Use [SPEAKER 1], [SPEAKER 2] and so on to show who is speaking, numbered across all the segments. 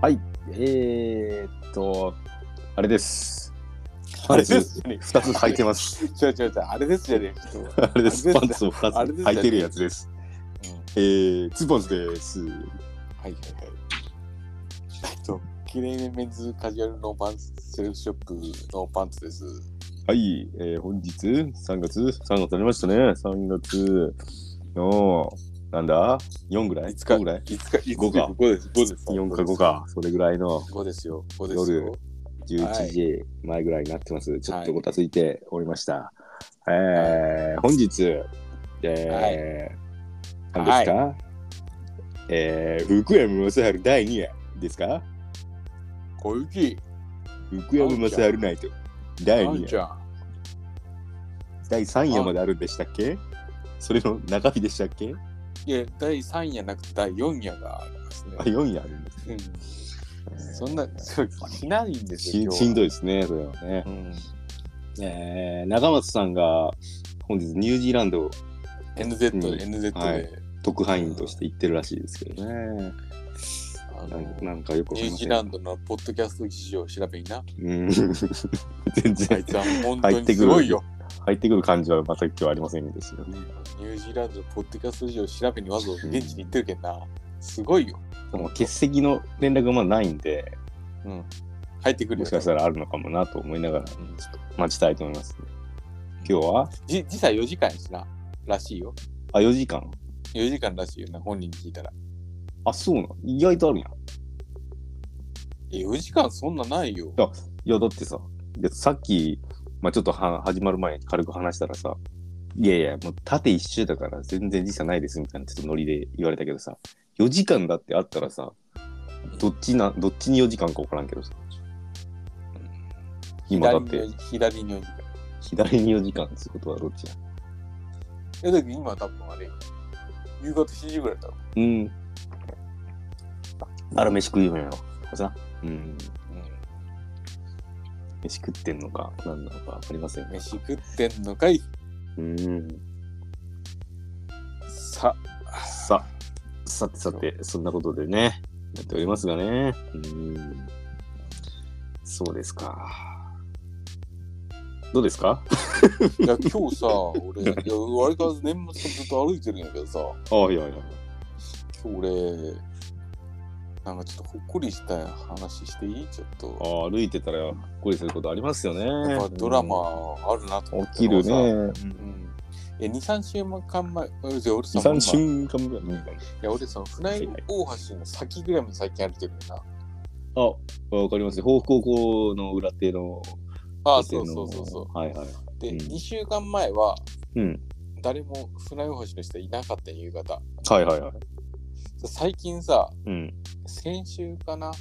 [SPEAKER 1] はい、えー、っと、あれです。
[SPEAKER 2] あれです
[SPEAKER 1] パンツ
[SPEAKER 2] 二つ履いて ます。
[SPEAKER 1] 違う違う違う、あれですじゃねえちょっと
[SPEAKER 2] あれです。パン
[SPEAKER 1] です
[SPEAKER 2] ツを二つ
[SPEAKER 1] あれですね
[SPEAKER 2] 履いてるやつです。
[SPEAKER 1] うん
[SPEAKER 2] えー、ツーパンツです。
[SPEAKER 1] はいはいはい。えっと、キレイメンズカジュアルノーパンツセルフショップのパンツです。
[SPEAKER 2] はい、えー、本日3月、3月になりましたね。3月の、なんだ ?4 ぐらい
[SPEAKER 1] いつか
[SPEAKER 2] 五ぐらい
[SPEAKER 1] いつか、いつ
[SPEAKER 2] 五か
[SPEAKER 1] 5です。5です。
[SPEAKER 2] ?4 か5か、それぐらいの
[SPEAKER 1] 5ですよ。5ですよ
[SPEAKER 2] 夜。11時前ぐらいになってます。ちょっとごたついておりました。えー、本日、えー、
[SPEAKER 1] は
[SPEAKER 2] 何で
[SPEAKER 1] い
[SPEAKER 2] すか、えー、福山雅治第2夜ですか
[SPEAKER 1] 小雪、
[SPEAKER 2] 福山雅治ナイト第
[SPEAKER 1] あん
[SPEAKER 2] 2
[SPEAKER 1] ち
[SPEAKER 2] 夜
[SPEAKER 1] ゃん。
[SPEAKER 2] 第3夜まであるんでしたっけそれの中日でしたっけ
[SPEAKER 1] いや、第3夜なくて第4夜がありますね
[SPEAKER 2] あ。4夜あるんです
[SPEAKER 1] うん
[SPEAKER 2] ね
[SPEAKER 1] そんな、そうしないんです
[SPEAKER 2] し
[SPEAKER 1] よ。
[SPEAKER 2] しんど
[SPEAKER 1] い。
[SPEAKER 2] いですねそれはね
[SPEAKER 1] う、ん。
[SPEAKER 2] えー、中松さんが本日ニュージーランド
[SPEAKER 1] NZ で、
[SPEAKER 2] う
[SPEAKER 1] NZ で。
[SPEAKER 2] はい特派員として行ってるらしいですけどね
[SPEAKER 1] あ
[SPEAKER 2] な
[SPEAKER 1] の
[SPEAKER 2] んなんかよくわ
[SPEAKER 1] ニ
[SPEAKER 2] かりませ
[SPEAKER 1] ュージ
[SPEAKER 2] ん
[SPEAKER 1] ーランドのポッドキャスト事情を調べにな。
[SPEAKER 2] うん 全
[SPEAKER 1] あい
[SPEAKER 2] 然
[SPEAKER 1] つは本当
[SPEAKER 2] 入っ
[SPEAKER 1] に
[SPEAKER 2] てく
[SPEAKER 1] す
[SPEAKER 2] る
[SPEAKER 1] ごいよ。
[SPEAKER 2] 入ってくる感じは全く今日はありませんですよね
[SPEAKER 1] ニュージーランドのポッドキャスト事情を調べにわざわざ現地に行ってるけんな。すごいよ。
[SPEAKER 2] でも欠席の連絡がまあないんで
[SPEAKER 1] うん。入ってくるよ。
[SPEAKER 2] もしかしたらあるのかもなと思いながら待ちたいと思います、ね、今日は
[SPEAKER 1] じ時差4時間やしな。らしいよ。
[SPEAKER 2] あ4時間
[SPEAKER 1] 4時間らしいよな、本人に聞いたら。
[SPEAKER 2] あそうなの意外とあるやん
[SPEAKER 1] え、4時間そんなないよ。
[SPEAKER 2] いやだってさいやさっき、まあ、ちょっとは始まる前に軽く話したらさいやいやもう縦一周だから全然時差ないですみたいなちょっとノリで言われたけどさ4時間だってあったらさどっちなどっちに4時間か分からんけどさ今だって
[SPEAKER 1] 左に4左に
[SPEAKER 2] 左に
[SPEAKER 1] 4時間。
[SPEAKER 2] 4時間ってことはどっちや
[SPEAKER 1] え、だけど今多分あれよ。夕方7時ぐらいだろ。
[SPEAKER 2] うんあら飯食いようやろさうん
[SPEAKER 1] う
[SPEAKER 2] 飯食ってんのか何なのか分かりません
[SPEAKER 1] ん。
[SPEAKER 2] が
[SPEAKER 1] 飯食ってんのかい
[SPEAKER 2] うん
[SPEAKER 1] さ、
[SPEAKER 2] さ、さてさて、そんなことでね、やっておりますがね。うーん。そうですか。どうですか
[SPEAKER 1] いや、今日さ、俺、いや、割りかず年末からずっと歩いてるんやけどさ、
[SPEAKER 2] ああ、いやいや。
[SPEAKER 1] 今日俺、なんかちょっとほっこりした話していいちょっ
[SPEAKER 2] あ
[SPEAKER 1] と。
[SPEAKER 2] あ、歩いてたら、ほっこりすることありますよね。
[SPEAKER 1] やっぱドラマあるなと
[SPEAKER 2] う
[SPEAKER 1] 思
[SPEAKER 2] ん。
[SPEAKER 1] っ
[SPEAKER 2] 起
[SPEAKER 1] て
[SPEAKER 2] きるね。
[SPEAKER 1] 俺さうん。え、2、3週間前、俺さ、俺さ
[SPEAKER 2] 2、3週間ぐらい。
[SPEAKER 1] いや、俺さ、船井大橋の先ぐらいまで最近歩いてるんだな。
[SPEAKER 2] あ、わかります。報復高校の裏手の。。
[SPEAKER 1] ああ、そうそうそうそう
[SPEAKER 2] はいはい。
[SPEAKER 1] う。で、
[SPEAKER 2] うん
[SPEAKER 1] 2週間前は、
[SPEAKER 2] うん。
[SPEAKER 1] 誰も船井大橋の人いなかったよ夕方。
[SPEAKER 2] はいはいはい。
[SPEAKER 1] 最近さ、
[SPEAKER 2] うん。
[SPEAKER 1] 先週かな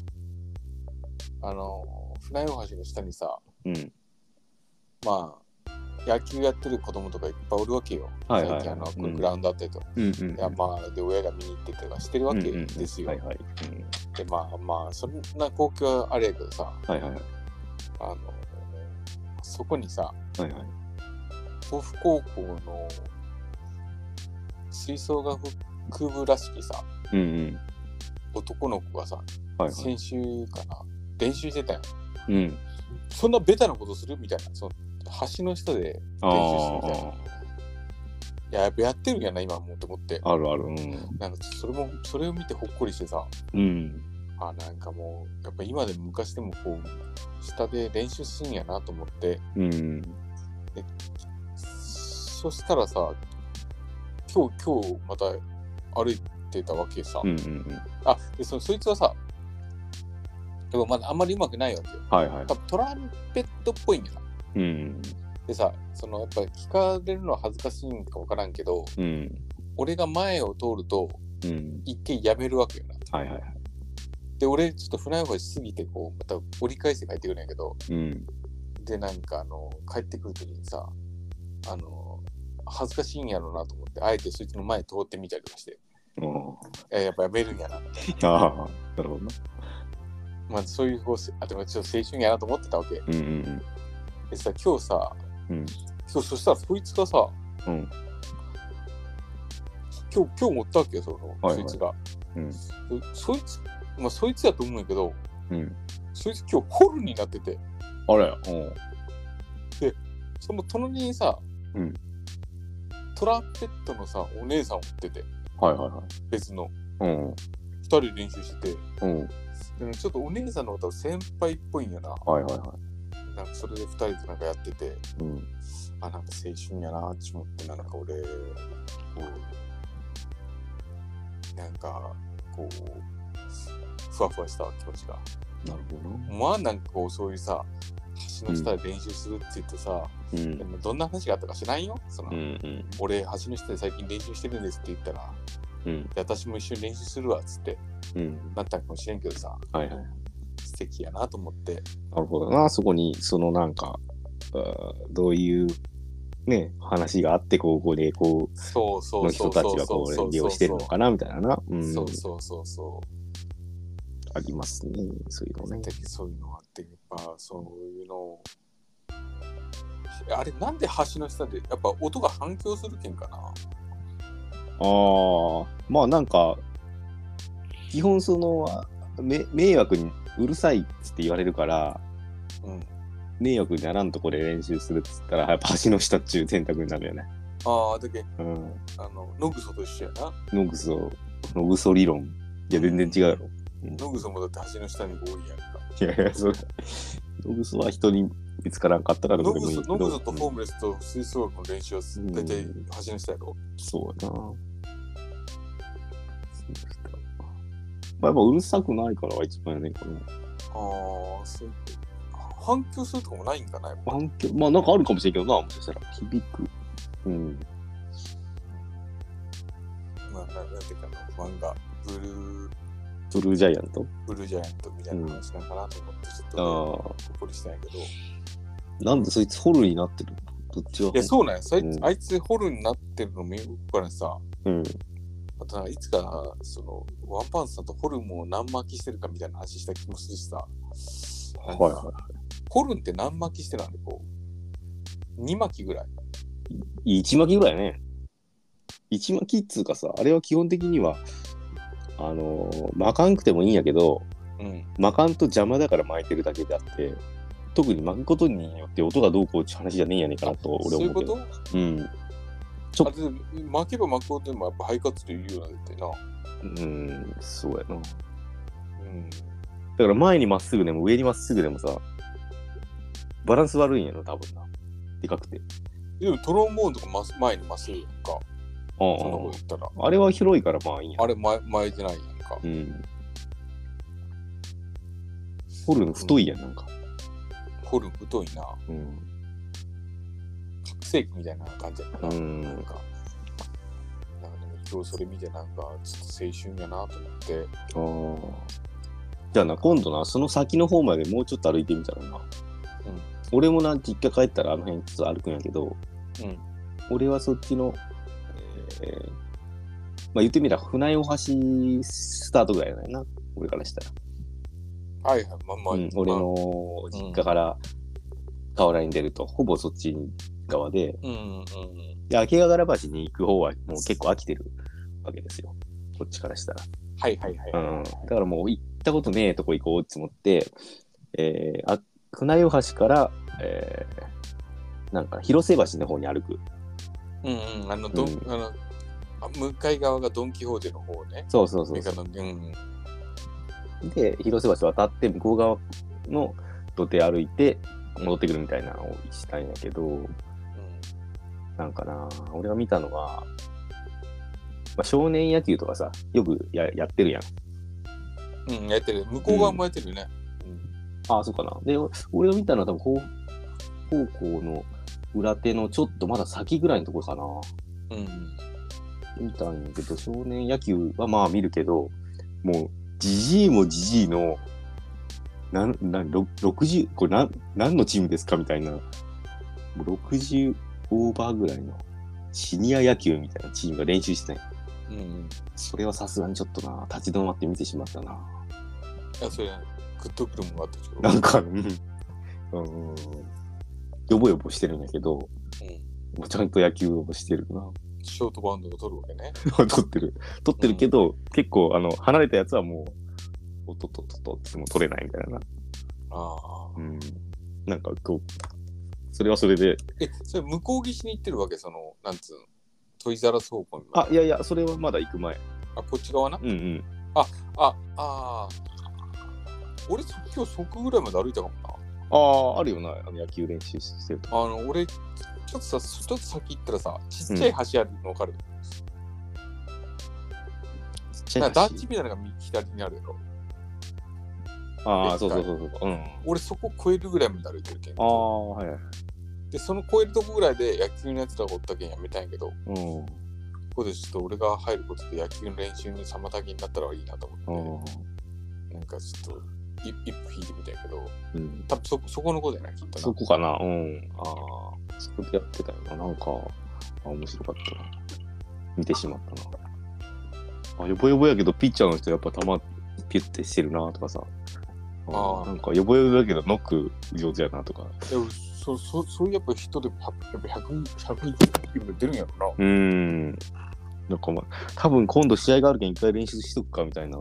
[SPEAKER 1] あの船大橋の下にさ
[SPEAKER 2] うん。
[SPEAKER 1] まあ野球やってる子供とかいっぱいおるわけよ、
[SPEAKER 2] はいはいはい
[SPEAKER 1] 最近あの、
[SPEAKER 2] うん
[SPEAKER 1] グラウンドあったりとか、
[SPEAKER 2] うんうん。
[SPEAKER 1] いやまあで親が見に行ってとかしてるわけですよ、
[SPEAKER 2] うんうんうんはいはい。うん
[SPEAKER 1] でまあまあそんな光景はあれやけどさ
[SPEAKER 2] はいはいはい。
[SPEAKER 1] あのそこにさ
[SPEAKER 2] はいはい。
[SPEAKER 1] 豆腐高校の吹奏楽部らしきさ
[SPEAKER 2] うんうん。
[SPEAKER 1] 男の子がさ、
[SPEAKER 2] はいはい。
[SPEAKER 1] 先週かな練習してたよ
[SPEAKER 2] うん。
[SPEAKER 1] そんなベタなことするみたいなその橋の下で
[SPEAKER 2] あ
[SPEAKER 1] 練習してみたい
[SPEAKER 2] あ
[SPEAKER 1] な。いややっぱやってるんやな今もうと思って
[SPEAKER 2] あるある。うん。
[SPEAKER 1] なんかそれもそれを見てほっこりしてさ
[SPEAKER 2] うん。
[SPEAKER 1] あなんかもうやっぱ今でも昔でもこう下で練習するんやなと思って
[SPEAKER 2] うん。
[SPEAKER 1] そしたらさ今日今日また歩いてたわけさ、
[SPEAKER 2] うんうんうん。
[SPEAKER 1] あでそのそいつはさやっぱまだあんまりうまくないわけよ
[SPEAKER 2] はいはい。
[SPEAKER 1] 多分トランペットっぽいんやな
[SPEAKER 2] うん。
[SPEAKER 1] でさそのやっぱ聞かれるのは恥ずかしいんか分からんけど
[SPEAKER 2] うん。
[SPEAKER 1] 俺が前を通ると
[SPEAKER 2] うん。
[SPEAKER 1] 一回やめるわけよな
[SPEAKER 2] はいはいはい。
[SPEAKER 1] で俺ちょっと船橋過ぎてこうまた折り返して帰ってくるんやけど
[SPEAKER 2] うん。
[SPEAKER 1] でなんかあの帰ってくる時にさあの恥ずかしいんやろうなと思ってあえてそいつの前通ってみたりとかして
[SPEAKER 2] お
[SPEAKER 1] えやっぱやめるんやな、
[SPEAKER 2] ーああ、なるほどな。
[SPEAKER 1] まあ、そういうこうせあでもちょっと青春やなと思ってたわけ
[SPEAKER 2] うんうん
[SPEAKER 1] でさ今日さ、
[SPEAKER 2] うん
[SPEAKER 1] そうそしたらそいつがさ、
[SPEAKER 2] うん
[SPEAKER 1] 今日今日持ったわけよその、
[SPEAKER 2] はいはい
[SPEAKER 1] そいつが、
[SPEAKER 2] うん
[SPEAKER 1] そそいつまあ、そいつやと思うんやけど、
[SPEAKER 2] うん。
[SPEAKER 1] そいつ今日ホルになってて、
[SPEAKER 2] あれ、うん。
[SPEAKER 1] その隣にさ、
[SPEAKER 2] うん
[SPEAKER 1] トランペットのさ、お姉さんをってて、
[SPEAKER 2] はいはいはい。
[SPEAKER 1] 別の、
[SPEAKER 2] うん。
[SPEAKER 1] 二人で練習してて、
[SPEAKER 2] うん。
[SPEAKER 1] でもちょっとお姉さんのことは先輩っぽいんやな。
[SPEAKER 2] はいはいは
[SPEAKER 1] なんかそれで二人でなんかやってて、
[SPEAKER 2] い。うん。
[SPEAKER 1] あ、なんか青春やなって思って、なんか俺、こう、なんか、こう、ふわふわした気持ちが。
[SPEAKER 2] なるほどな。
[SPEAKER 1] まあなんかこう、そういうさ、橋の下で練習するって言ってさ、
[SPEAKER 2] うん
[SPEAKER 1] で。もどんな話があったか知らんよ。その、
[SPEAKER 2] うん
[SPEAKER 1] 俺、橋の下で最近練習してるんですって言ったら、
[SPEAKER 2] うん。うん。
[SPEAKER 1] で私も一緒に練習するわっつって
[SPEAKER 2] うん。
[SPEAKER 1] なったかもしれんけどさ、
[SPEAKER 2] はいはい。な
[SPEAKER 1] 素敵やなと思って。
[SPEAKER 2] るほどな。そこに、そのなんか、あーどういう、ね、話があって、こう、こで、こう、
[SPEAKER 1] そうそ
[SPEAKER 2] の
[SPEAKER 1] うそ
[SPEAKER 2] 人たち
[SPEAKER 1] うそう
[SPEAKER 2] が
[SPEAKER 1] そ
[SPEAKER 2] こ
[SPEAKER 1] うそう
[SPEAKER 2] う、利用してるのかな、みたいなな。うん。
[SPEAKER 1] そうそうそうそ
[SPEAKER 2] ありますね。そういう
[SPEAKER 1] う。
[SPEAKER 2] のね。
[SPEAKER 1] 素敵そういうのあって、やっぱそういうのを。あれなんで橋の下でやっぱ音が反響するけんかな
[SPEAKER 2] ああ、まあなんか、基本その、め迷惑にうるさいっつって言われるから、
[SPEAKER 1] うん。
[SPEAKER 2] 迷惑にならんとこで練習するっつったら、やっぱ橋の下っちゅう選択になるよね。
[SPEAKER 1] ああ、だけ
[SPEAKER 2] うん。
[SPEAKER 1] あの、ノグソと一緒やな。
[SPEAKER 2] ノグソ、ノグソ理論。いや、全然違うやろ。
[SPEAKER 1] ノグソもだって橋の下に多いやんか。
[SPEAKER 2] いやいや、それ、ノグソは人に見つからんかったからど
[SPEAKER 1] ノ
[SPEAKER 2] うで
[SPEAKER 1] グ
[SPEAKER 2] もいい
[SPEAKER 1] ソ
[SPEAKER 2] け
[SPEAKER 1] ノ
[SPEAKER 2] ど。
[SPEAKER 1] グソとホームレスと吹奏楽の練習は
[SPEAKER 2] うん
[SPEAKER 1] 大体橋の下やろ。
[SPEAKER 2] うんそうやな。まあ、やっぱうるさくないからは一番やねんかな。
[SPEAKER 1] ああ、そういうこと反響するとかもないんかなやっぱ
[SPEAKER 2] 環境、まあなんかあるかもしれんけどな、もしかしたら。響く。うん。
[SPEAKER 1] まあ、ななんていうかな、漫画、ブルー、
[SPEAKER 2] ブルージャイアント
[SPEAKER 1] ブルージャイアントみたいな話なんかなと思って、ちょっと、
[SPEAKER 2] あ
[SPEAKER 1] ね、
[SPEAKER 2] あ。
[SPEAKER 1] ほっこりしたんやけど。い
[SPEAKER 2] なんでそいつホルになってるどっちが
[SPEAKER 1] や、そうなんや。そいつ
[SPEAKER 2] うん
[SPEAKER 1] あいつホルになってるの見るからさ、
[SPEAKER 2] うん。
[SPEAKER 1] あとなんかいつか、その、ワンパンツさんとホルンを何巻きしてるかみたいな話した気もするしさ、なんか
[SPEAKER 2] はいは
[SPEAKER 1] ホルンって何巻きしてなんで、こう、2巻きぐらい。
[SPEAKER 2] い。一巻きぐらいね。一巻きっつうかさ、あれは基本的には、あのー、巻かんくてもいいんやけど、
[SPEAKER 1] うん。
[SPEAKER 2] 巻かんと邪魔だから巻いてるだけであって、特に巻くことによって音がどうこうっていう話じゃねえんやねんかなと俺
[SPEAKER 1] そう
[SPEAKER 2] 思
[SPEAKER 1] いう
[SPEAKER 2] う
[SPEAKER 1] こ
[SPEAKER 2] けど。
[SPEAKER 1] と
[SPEAKER 2] うん。ちょ
[SPEAKER 1] あで巻けば巻くほどでもやっぱ肺活って言うようになってな。
[SPEAKER 2] うん、そうやな。
[SPEAKER 1] うん。
[SPEAKER 2] だから前にまっすぐでも上にまっすぐでもさ、バランス悪いんやろ、多分な。でかくて。
[SPEAKER 1] でもトロンボーンとかまっす前にまっすぐやんか。そんなこと
[SPEAKER 2] あ
[SPEAKER 1] 言ったら。
[SPEAKER 2] あ。あれは広いからまあいいんや。
[SPEAKER 1] あれ前、前じゃないやんか
[SPEAKER 2] う。ん。ホルン太いやん、なんか。
[SPEAKER 1] ホルン太いな。
[SPEAKER 2] うん。
[SPEAKER 1] 覚醒器みたいな感じやから。
[SPEAKER 2] うん
[SPEAKER 1] なんか、なんかでも今日それ見てなんか、ちょっと青春やなと思って。
[SPEAKER 2] ああ。じゃあな、今度な、その先の方までもうちょっと歩いてみたらな。
[SPEAKER 1] ん
[SPEAKER 2] 俺もな、実家帰ったらあの辺ちょっと歩くんやけど、
[SPEAKER 1] うん
[SPEAKER 2] 俺はそっちの、えーまあ言ってみれば船大橋スタートぐらいだよな、俺からしたら。
[SPEAKER 1] はいはい、まあまあ、
[SPEAKER 2] うん、俺の実家から河原に出ると、ほぼそっち側で、
[SPEAKER 1] まあ。うんうんうん。
[SPEAKER 2] で、明けがら橋に行く方はもう結構飽きてるわけですよ。こっちからしたら。
[SPEAKER 1] はいはいはい。
[SPEAKER 2] うん、だからもう行ったことねえとこ行こうって思って、えー、あ船大橋から、えー、なんか広瀬橋の方に歩く。
[SPEAKER 1] うんうん。あの、どん、
[SPEAKER 2] うん
[SPEAKER 1] あの、あ向かい側がドン・キホーテの方ね。
[SPEAKER 2] そうそうそう
[SPEAKER 1] メ
[SPEAKER 2] そ
[SPEAKER 1] ガ
[SPEAKER 2] う。
[SPEAKER 1] の、うん。
[SPEAKER 2] で、広瀬橋渡って向こう側の土手歩いて戻ってくるみたいなのをしたいんやけど、なんかな、俺が見たのは、まあ、少年野球とかさ、よくややってるやん。
[SPEAKER 1] うん、うんやってる。向こう側もやってるよね。うん。
[SPEAKER 2] ああ、そうかな。で、お俺が見たのは多分高、高校の裏手のちょっとまだ先ぐらいのところかな。
[SPEAKER 1] うん。
[SPEAKER 2] 見たんやけど、少年野球はまあ見るけど、もう、じじいもじじいの、なん、なん、ろ60、これなん、何のチームですかみたいな、もう60オーバーぐらいのシニア野球みたいなチームが練習してたんや
[SPEAKER 1] うん。
[SPEAKER 2] それはさすがにちょっとな、立ち止まって見てしまったな。
[SPEAKER 1] いや、それ、グッとくるもんがあったけど。
[SPEAKER 2] なんか、うん、うん、よぼよぼしてるんやけど、もうちゃんと野球をしてるな。
[SPEAKER 1] ショー トバウンドを取るわけね。
[SPEAKER 2] 取ってる。取ってるけど、結構、あの、離れたやつはもう、おっとっとっとっとって言っても取れないみたいな。
[SPEAKER 1] ああ。
[SPEAKER 2] うん。なんかこう、それはそれで、
[SPEAKER 1] え、それ向こう岸に行ってるわけその、なんつうの。トイザらス倉庫に。
[SPEAKER 2] あ、いやいや、それはまだ行く前。
[SPEAKER 1] あ、こっち側な。
[SPEAKER 2] うんうん。
[SPEAKER 1] あ、ああ。俺、そ今日そこぐらいまで歩いたかもな。
[SPEAKER 2] ああ、あるよな、あの野球練習してると。
[SPEAKER 1] あの、俺、ちょっとさ、ちょっと先行ったらさ、ちっちゃい橋あるの分かる。
[SPEAKER 2] ちっち
[SPEAKER 1] な
[SPEAKER 2] ゃ
[SPEAKER 1] ん
[SPEAKER 2] い
[SPEAKER 1] か団
[SPEAKER 2] 橋
[SPEAKER 1] 地みたいなのが右左にあるやろ。
[SPEAKER 2] ああ、そうそうそうそう。うん。
[SPEAKER 1] 俺、そこ越えるぐらいまで歩いてるけん。
[SPEAKER 2] ああ、はいはい。
[SPEAKER 1] で、その越えるとこぐらいで野球のやつらがおったけんやめたんやけど、こ
[SPEAKER 2] うん。
[SPEAKER 1] こでちょっと俺が入ることで野球の練習に妨げになったらいいなと思
[SPEAKER 2] あ
[SPEAKER 1] っ
[SPEAKER 2] あ。
[SPEAKER 1] て、なんかちょっとい一歩引いてみたんやけど、
[SPEAKER 2] うん。
[SPEAKER 1] 多分そそこのことやな、きっとな。
[SPEAKER 2] そこかな、うん。ああ、そこでやってたよな、なんか、あ面白かったな。見てしまったな。あ、よぼよぼやけど、ピッチャーの人やっぱ球ピュッてしてるなとかさ。
[SPEAKER 1] あ
[SPEAKER 2] あ
[SPEAKER 1] あ
[SPEAKER 2] なんか、よぼよぼやけど、ノック上手やなとか。
[SPEAKER 1] でもそそそういうやっぱ人でパやっぱ100 100キロ出るんやろ
[SPEAKER 2] うーん。なんかまあ、多分今度試合があるけん、一回練習しとくかみたいな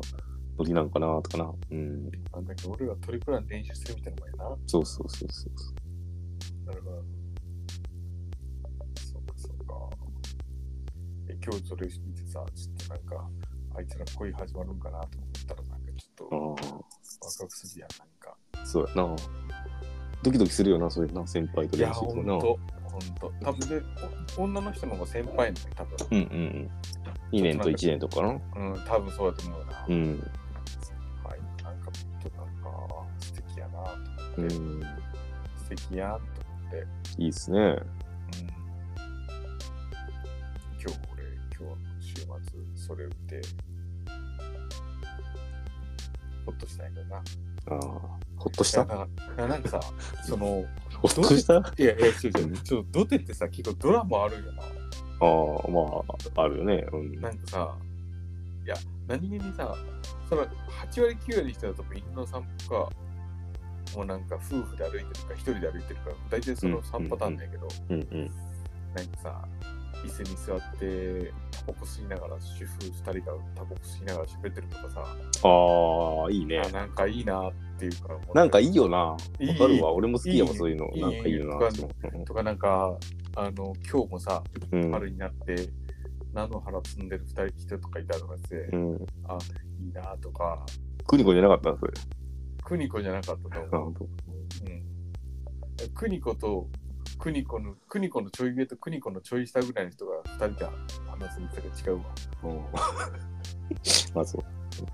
[SPEAKER 2] ノリなんかなとかな。うん。
[SPEAKER 1] な。なんだけど俺らトリプラン練習するみたいなもんやな。
[SPEAKER 2] そうそうそうそう。
[SPEAKER 1] なるほど。そうかそうか。え、今日それ見てさ、ちょっとなんか、あいつら恋始まるんかなと思ったら、なんかちょっとワ
[SPEAKER 2] あ
[SPEAKER 1] クワクするやん、なんか。
[SPEAKER 2] あ、そうやな。ドキドキするよな、それな、先輩と
[SPEAKER 1] いや、
[SPEAKER 2] 練習
[SPEAKER 1] ほ
[SPEAKER 2] とか
[SPEAKER 1] ん
[SPEAKER 2] な。
[SPEAKER 1] と、ほんと。多分で、お女の人の方が先輩なのよ、多
[SPEAKER 2] う
[SPEAKER 1] 分。
[SPEAKER 2] んうんうん。2年と1年とかな。
[SPEAKER 1] うん、多分そうだと思うな。
[SPEAKER 2] うん。
[SPEAKER 1] はい、なんか、ちょっとなんか、素敵やなと思って、
[SPEAKER 2] うん。
[SPEAKER 1] 素敵やんと思って。
[SPEAKER 2] いいですね。
[SPEAKER 1] うん今日俺、今日週末、それを見て、ほっとしたんやけどな。
[SPEAKER 2] ああ。ほっとした
[SPEAKER 1] いやなんかいやな んかさ、その、
[SPEAKER 2] ほっとしたあ
[SPEAKER 1] いやいや、違う違う、ちょっとドテってさ、結構ドラマあるよな。
[SPEAKER 2] あ、まあ、あるよね。うん。
[SPEAKER 1] なんかさ、いや、何気にさ、その8割9割の人だとみんな散歩か、もうなんか夫婦で歩いてるか、一人で歩いてるか、大体その3パターンだけど、
[SPEAKER 2] うんうん。
[SPEAKER 1] なんかさ、椅子に座って、タバコ吸いながら、主婦2人がタバコ吸いながら喋ってるとかさ、
[SPEAKER 2] ああ、いいね
[SPEAKER 1] あ。なんかいいなっていうか、
[SPEAKER 2] なんかいいよな。わ
[SPEAKER 1] いい
[SPEAKER 2] かるわ。俺も好きやわ、
[SPEAKER 1] いい
[SPEAKER 2] そういうの。
[SPEAKER 1] いい
[SPEAKER 2] なんかいいよ
[SPEAKER 1] いい
[SPEAKER 2] な。そう
[SPEAKER 1] とか、なんか、あの、今日もさ、
[SPEAKER 2] うん。
[SPEAKER 1] 春になって、菜の花摘んでる2人、人とかいたとかして、
[SPEAKER 2] うん。
[SPEAKER 1] いいなとか、
[SPEAKER 2] クニコじゃなかったそれ。
[SPEAKER 1] クニコじゃなかったと
[SPEAKER 2] あ
[SPEAKER 1] 思う。
[SPEAKER 2] ほんと
[SPEAKER 1] うん、クニコと、クニコの、クニコのちょい上とクニコのちょい下ぐらいの人が2人で話す店が違うわ。
[SPEAKER 2] うん まあそう。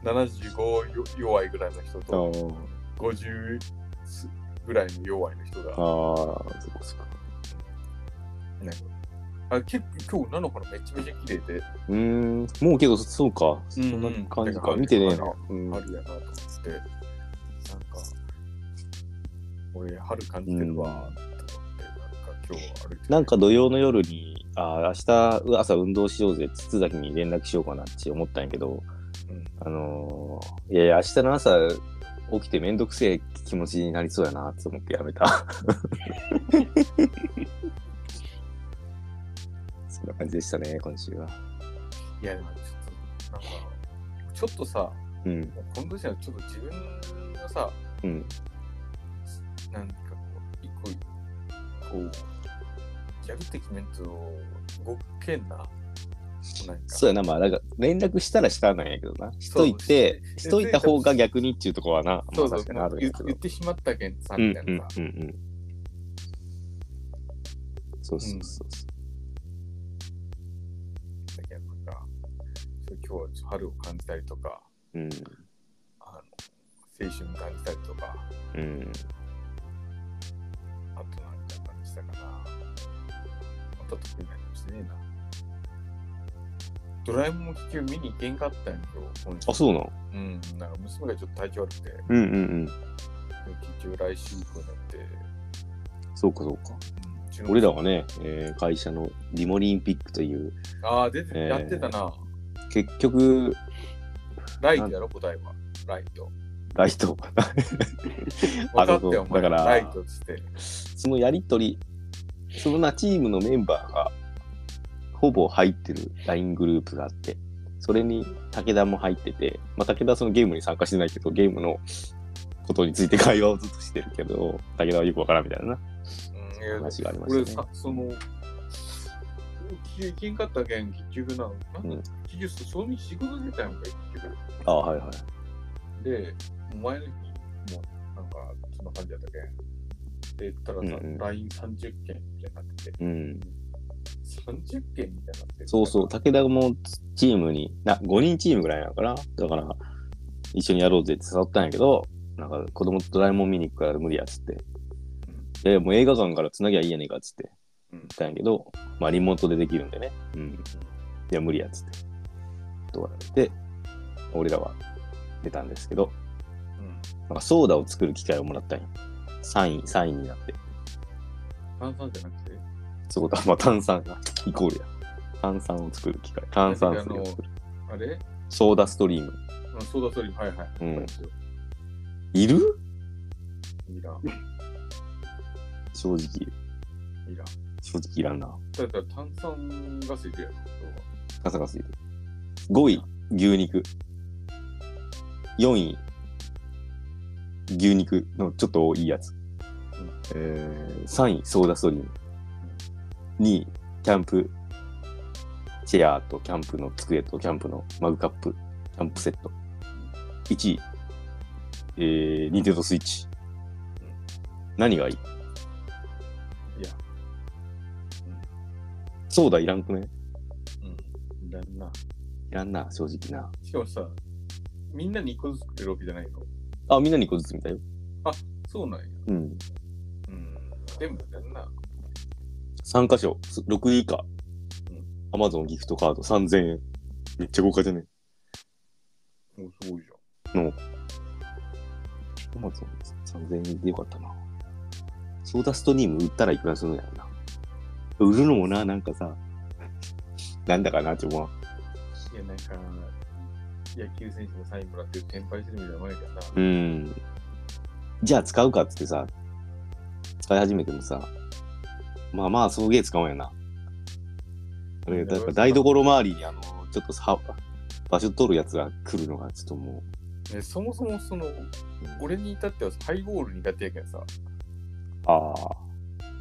[SPEAKER 1] 75よ弱いぐらいの人
[SPEAKER 2] あ
[SPEAKER 1] と、50すぐらいの弱いの人
[SPEAKER 2] あ
[SPEAKER 1] が、
[SPEAKER 2] ああ、そこそこ。
[SPEAKER 1] ね、あ結構今日菜の花めちゃめちゃ綺麗で、
[SPEAKER 2] うーん。もうけど、そうか。そんな感じ
[SPEAKER 1] うん
[SPEAKER 2] か。
[SPEAKER 1] うん
[SPEAKER 2] 見てねえな
[SPEAKER 1] だか。
[SPEAKER 2] うん。
[SPEAKER 1] 春やなと思って、なんか、俺、春感じてるわ、と思って、なんか今日は歩いてて
[SPEAKER 2] なんか土曜の夜に、あー明日朝運動しようぜ、筒崎に連絡しようかなって思ったんやけど、
[SPEAKER 1] うん
[SPEAKER 2] あのーいやいや、明日の朝起きてめんどくせえ気持ちになりそうやなって思ってやめ た。そんな感じでしたね、今週は。
[SPEAKER 1] いや、でもちょっと、なんか、ちょっとさ、
[SPEAKER 2] うん、
[SPEAKER 1] もうこの年はちょっと自分のさ、
[SPEAKER 2] うん、
[SPEAKER 1] なんかこう、一個、こう、やるって決めんと、動けんな。もうなんか
[SPEAKER 2] そうやな、まあ、なんか連絡したらしたなんやけどな。しといて、
[SPEAKER 1] そ
[SPEAKER 2] しと
[SPEAKER 1] う
[SPEAKER 2] いた方が逆にっていうとこはな、ま
[SPEAKER 1] そ
[SPEAKER 2] あ
[SPEAKER 1] うそう
[SPEAKER 2] 確かにあるん
[SPEAKER 1] 言
[SPEAKER 2] や
[SPEAKER 1] っ
[SPEAKER 2] けど
[SPEAKER 1] 言。ってしまったけんさ、
[SPEAKER 2] うん
[SPEAKER 1] みたいなさ、
[SPEAKER 2] うんうんうんそうそうそうそう。
[SPEAKER 1] だけどなんか、ちょっと今日は春を感じたりとか、
[SPEAKER 2] うん。
[SPEAKER 1] あの青春感じたりとか、
[SPEAKER 2] うん。
[SPEAKER 1] あとなんか感じたかな。あと特に何もしてねえな。ドラえもんも結局見に行けんかったんよ、今日
[SPEAKER 2] あ、そうなの
[SPEAKER 1] うん、なんか娘がちょっと体調悪くて、
[SPEAKER 2] うんうんうん。
[SPEAKER 1] 結局来週以降になって、
[SPEAKER 2] そうかそうか。
[SPEAKER 1] うんうちの
[SPEAKER 2] 俺らはね、えー会社のリモリンピックという、
[SPEAKER 1] ああ、出て、
[SPEAKER 2] えー
[SPEAKER 1] やってたな。
[SPEAKER 2] 結局、
[SPEAKER 1] ライトやろ、答えは。ライト。
[SPEAKER 2] ライト、
[SPEAKER 1] 分
[SPEAKER 2] あ
[SPEAKER 1] か
[SPEAKER 2] そうそ
[SPEAKER 1] って
[SPEAKER 2] う
[SPEAKER 1] よ、お前。
[SPEAKER 2] だから
[SPEAKER 1] ライトっつって。
[SPEAKER 2] そのやりとり、そのなチームのメンバーが、ほぼ入ってる LINE グループがあって、それに武田も入ってて、まあ、武田はそのゲームに参加してないけど、ゲームのことについて会話をずっとしてるけど、武田はよくわからんみたいなな
[SPEAKER 1] うんいや
[SPEAKER 2] 話がありま
[SPEAKER 1] 俺
[SPEAKER 2] した
[SPEAKER 1] さ
[SPEAKER 2] ね。
[SPEAKER 1] その行けんかったけん結局ななん
[SPEAKER 2] うん
[SPEAKER 1] 結局そういう仕事自体も結局
[SPEAKER 2] あはいはい。
[SPEAKER 1] で、前の日もなんかそんな感じだったけん。で、言ったらさ、
[SPEAKER 2] うんうん
[SPEAKER 1] LINE30 件みたいになってて、
[SPEAKER 2] うん。
[SPEAKER 1] 30件みたいになって
[SPEAKER 2] そうそう、武田もチームに、な5人チームぐらいなのかな。だから、一緒にやろうぜって誘ったんやけど、なんか子供とドラえもん見に行くから無理やっつって。で、もう映画館からつなぎゃいいやねんかっつって
[SPEAKER 1] うん
[SPEAKER 2] 言ったんやけど、まあリモートでできるんでね。うん。いや、無理やっつって。と言われて、俺らは出たんですけど、
[SPEAKER 1] うん。
[SPEAKER 2] なんかソーダを作る機会をもらったんや。3位、3位になって。
[SPEAKER 1] 炭酸じゃなくて、
[SPEAKER 2] そうだ、まあ炭酸が イコールや。炭酸を作る機会。炭酸水を作る。
[SPEAKER 1] あれ
[SPEAKER 2] ソーダストリーム。
[SPEAKER 1] あソーダストリーム、はいはい。
[SPEAKER 2] うんいる
[SPEAKER 1] いいらん、
[SPEAKER 2] 正直。
[SPEAKER 1] いいらん。
[SPEAKER 2] 正直いらんな。
[SPEAKER 1] だったら炭酸ガスいるやろ。
[SPEAKER 2] ガサガサいる。5位、牛肉。4位、牛肉のちょっと多いやつ。えー、3位、ソーダストリーム。2位、キャンプチェアとキャンプの机とキャンプのマグカップ、キャンプセット。1位、えー、ニンテンドースイッチ。何がいい
[SPEAKER 1] いや。
[SPEAKER 2] ソーダいらんくね
[SPEAKER 1] うん。いらんな。
[SPEAKER 2] いらんな、正直な。
[SPEAKER 1] しかもさ、みんなに一個ずつ作ってるわけじゃないの。
[SPEAKER 2] あ、みんなに個ずつみたいよ。
[SPEAKER 1] そうなんや。
[SPEAKER 2] うん。
[SPEAKER 1] うん。でも、いらんな。
[SPEAKER 2] 3箇所、す6位以下
[SPEAKER 1] うん。
[SPEAKER 2] アマゾンギフトカード3000円。めっちゃ豪華じゃね
[SPEAKER 1] もうすごいじ
[SPEAKER 2] アマゾン3000円でよかったな。ソーダストリーム売ったらいくらするんやろな。売るのもな、なんかさ、なんだかなって思う。
[SPEAKER 1] ゃん。いや、なんか、野球選手のサインもらって転売してるみたいなもんやけどさ。
[SPEAKER 2] うん。じゃあ使うかっつってさ、使い始めてもさ、まあまあ、送迎使うんやな。あれ、だから台所周りにあの、ちょっとさ、場所取るやつが来るのが、ちょっとも
[SPEAKER 1] ね、そもそもその俺に至ってはハイボールに至ってやけんさ
[SPEAKER 2] う、ああ、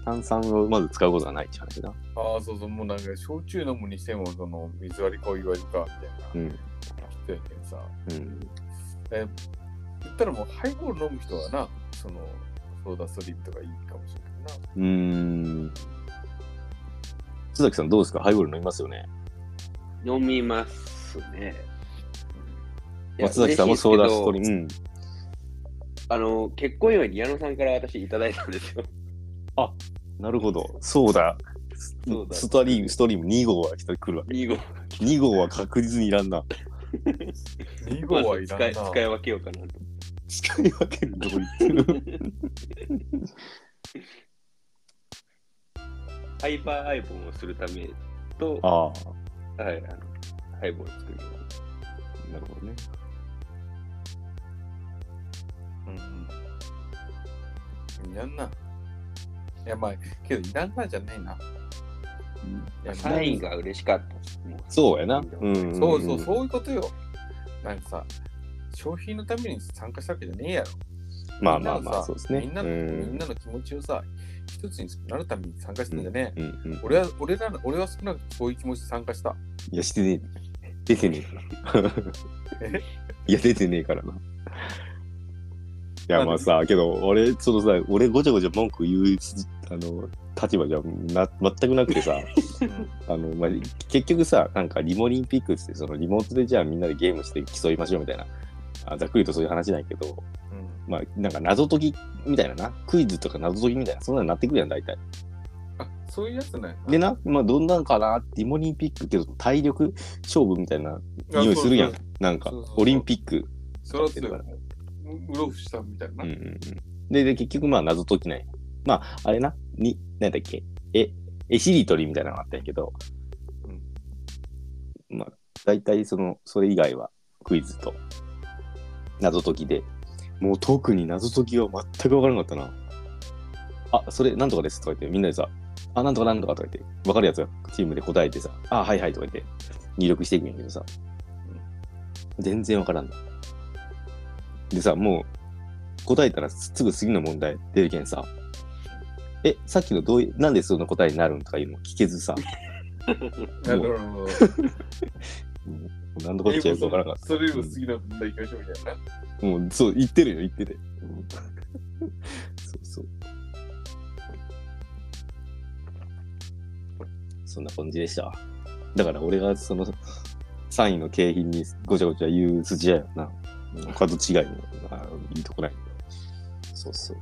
[SPEAKER 2] 炭酸をまず使うことがないって話な。
[SPEAKER 1] ああそうそうもうなんか焼酎飲むにしてもその水割りかお湯割りかみたいな
[SPEAKER 2] うん。
[SPEAKER 1] 人やけんさ
[SPEAKER 2] うん。
[SPEAKER 1] え言ったらもうハイボール飲む人はなそのソーダストリームとかいいかもしれな いな
[SPEAKER 2] うーん。須崎さん、どうですかハイボール飲みますよね。
[SPEAKER 3] 飲みますね。いや
[SPEAKER 2] 松崎さんもソーダストリ
[SPEAKER 3] 嬉しいですけど
[SPEAKER 2] ーム。うん。
[SPEAKER 3] あの、結婚祝いに矢野さんから私いただいたんですよ。
[SPEAKER 2] なるほど。そうだ。
[SPEAKER 3] そうだ
[SPEAKER 2] ストリーム、ストリーム2号は来た来るわけ。
[SPEAKER 3] 2号。
[SPEAKER 2] 2号は確実にいらんな。
[SPEAKER 1] 2号はいらんな、
[SPEAKER 3] まず使い使い分けようかなと。
[SPEAKER 2] 使い分けるどこ行ってる
[SPEAKER 3] ハイパーアイボンをするためと、は
[SPEAKER 2] ああ、
[SPEAKER 3] い、あの、ハイボール作るよ
[SPEAKER 2] なるほどね。
[SPEAKER 1] うん、いらんないやまあけどいらんなじゃねえな、いや
[SPEAKER 3] サインが嬉しかったです。もう
[SPEAKER 2] そうやな。うんんん
[SPEAKER 1] そうそうそういうことよなんかさ消費のために参加したわけじゃねえやろ
[SPEAKER 2] まあまあまあ、そうですね。
[SPEAKER 1] みんな
[SPEAKER 2] う
[SPEAKER 1] のみん
[SPEAKER 2] ん
[SPEAKER 1] なの気持ちをさ、一つになるために参加してんだね。
[SPEAKER 2] うんうん。
[SPEAKER 1] 俺は俺らの俺は少なくともそういう気持ちで参加した。
[SPEAKER 2] いや、してねえ。出てねえから。
[SPEAKER 1] え
[SPEAKER 2] いや、出てねえからな。いや、まあさ、けど、俺、そのさ、俺ごちゃごちゃ文句言う、あの、立場じゃな全くなくてさ、あの、まあ、結局さ、なんかリモリンピックっつって、そのリモートでじゃあみんなでゲームして競いましょうみたいな、あざっくりとそういう話なんやけど、
[SPEAKER 1] うん
[SPEAKER 2] まあ、なんか謎解きみたいなな、クイズとか謎解きみたいな、そんなになってくるやん、大体。
[SPEAKER 1] あそういうやつね。
[SPEAKER 2] でな、まあ、どんなんかなって、リモリンピックって体力勝負みたいな
[SPEAKER 1] あ
[SPEAKER 2] 匂いするやん
[SPEAKER 1] そう。
[SPEAKER 2] なんか
[SPEAKER 1] そうそう、
[SPEAKER 2] オリンピック。
[SPEAKER 1] それはそう
[SPEAKER 2] だ
[SPEAKER 1] よ
[SPEAKER 2] か。
[SPEAKER 1] うろふしたみたいな。
[SPEAKER 2] うんうんうんで、で、結局、まあ、謎解きない。まあ、あれな、に、なんだっけ、え、えしりとりみたいなのがあったんやけど、まあ、大体、その、それ以外は、クイズと、謎解きで、もう特に謎解きは全く分からなかったな。あ、それ、なんとかですとか言って、みんなでさ、あ、なんとかなんとかとか言って、分かるやつがチームで答えてさ、あ、はいはいとか言って、入力していくんやけどさ、全然わからんの。でさ、もう答えたらすすぐ次の問題出るけんさ、え、さっきのどういなんでその答えになるんとかいうの聞けずさ、
[SPEAKER 1] なるほど。
[SPEAKER 2] なんでこっちゃよくわからんかっ
[SPEAKER 1] それよりも次の問題行きましょうみたいな。
[SPEAKER 2] た。もうそう、言ってるよ、言ってて。うん そうそう。そんな感じでした。だから俺がその3位の景品にごちゃごちゃ言う筋合いはな。うん他と違いも、あいいとこない。そうそ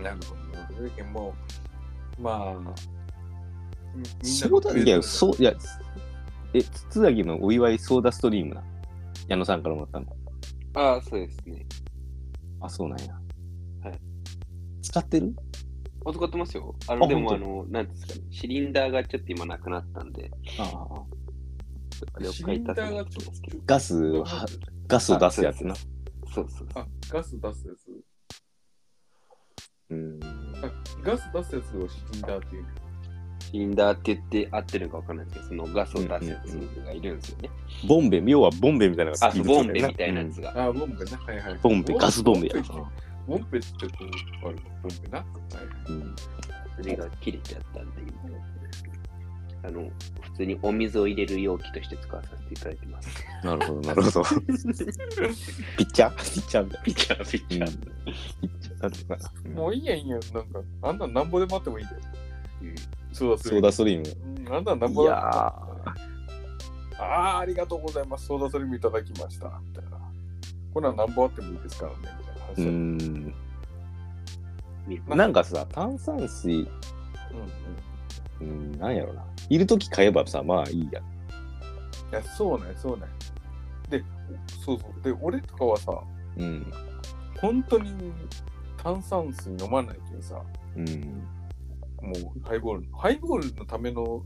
[SPEAKER 2] う。
[SPEAKER 1] なるほどな。それだけもう、まあ、
[SPEAKER 2] そうだいや、そう、いや、え、筒崎のお祝いソーダストリームな。矢野さんからもらったの。
[SPEAKER 3] ああ、そうですね。
[SPEAKER 2] あ、そうなんや。
[SPEAKER 3] はい。
[SPEAKER 2] 使ってる
[SPEAKER 3] あ使ってますよ。あの、
[SPEAKER 2] あ
[SPEAKER 3] でも、あ
[SPEAKER 2] 本
[SPEAKER 3] の、なんですかね、シリンダーがちょっと今なくなったんで、
[SPEAKER 2] ああ。
[SPEAKER 3] あれを
[SPEAKER 1] シ
[SPEAKER 3] 買
[SPEAKER 1] リ
[SPEAKER 3] い
[SPEAKER 1] ンダ
[SPEAKER 3] 足す
[SPEAKER 1] ー
[SPEAKER 3] の
[SPEAKER 1] が
[SPEAKER 3] が好きですけど。
[SPEAKER 2] ガスをは、ガスを出すやつな。
[SPEAKER 3] そうそうそう。
[SPEAKER 1] あ、ガス出すやつ。
[SPEAKER 2] うん。
[SPEAKER 1] あガス出すやつをシリンダーっていう。
[SPEAKER 3] シリンダーって言って合ってるのかわかんないですけど、そのガスを出すやつがいるんですよね。
[SPEAKER 2] ボンベ、要はボンベみたいなのが
[SPEAKER 3] あ、
[SPEAKER 2] 好き
[SPEAKER 3] そうボンベみたいなや
[SPEAKER 2] うん
[SPEAKER 3] つが。
[SPEAKER 1] あ、ボンベな。はいはい。
[SPEAKER 2] ボンベ、ガスボンベや。
[SPEAKER 1] ボンベってこう、あれ、ボンベな。はいはい。
[SPEAKER 2] うん。
[SPEAKER 3] それが切れちゃったんで、今。あの、普通にお水を入れる容器として使わさせていただい てます。
[SPEAKER 2] なるほど、なるほど。ピッチャーピッチャーみたいな。
[SPEAKER 3] ピッチャー、ピッ
[SPEAKER 2] うんピッチャーだってな
[SPEAKER 1] もういいやんいいやん。なんか、あんなんなんぼでもあってもいいで。そうだ、
[SPEAKER 2] ソーダストリーム。
[SPEAKER 1] うん。あんなんなんぼ
[SPEAKER 2] い
[SPEAKER 1] でも
[SPEAKER 2] や
[SPEAKER 1] あってもいいああ、ありがとうございます。ソーダストリームいただきました。みたいな。こんなんなんぼあってもいいですからね。みたいな話だった
[SPEAKER 2] ー。うん。
[SPEAKER 3] うん。
[SPEAKER 2] なんかさ、炭酸水、
[SPEAKER 1] うんう
[SPEAKER 2] う
[SPEAKER 1] ん。
[SPEAKER 2] ん、なんやろな。いるとき買えばさ、まあいいや。
[SPEAKER 1] いや、そうね、そうね。で、そうそう。で、俺とかはさ、
[SPEAKER 2] うん。
[SPEAKER 1] 本当に炭酸水飲まないけどさ、
[SPEAKER 2] うん。
[SPEAKER 1] もうハイボール、ハイボールのための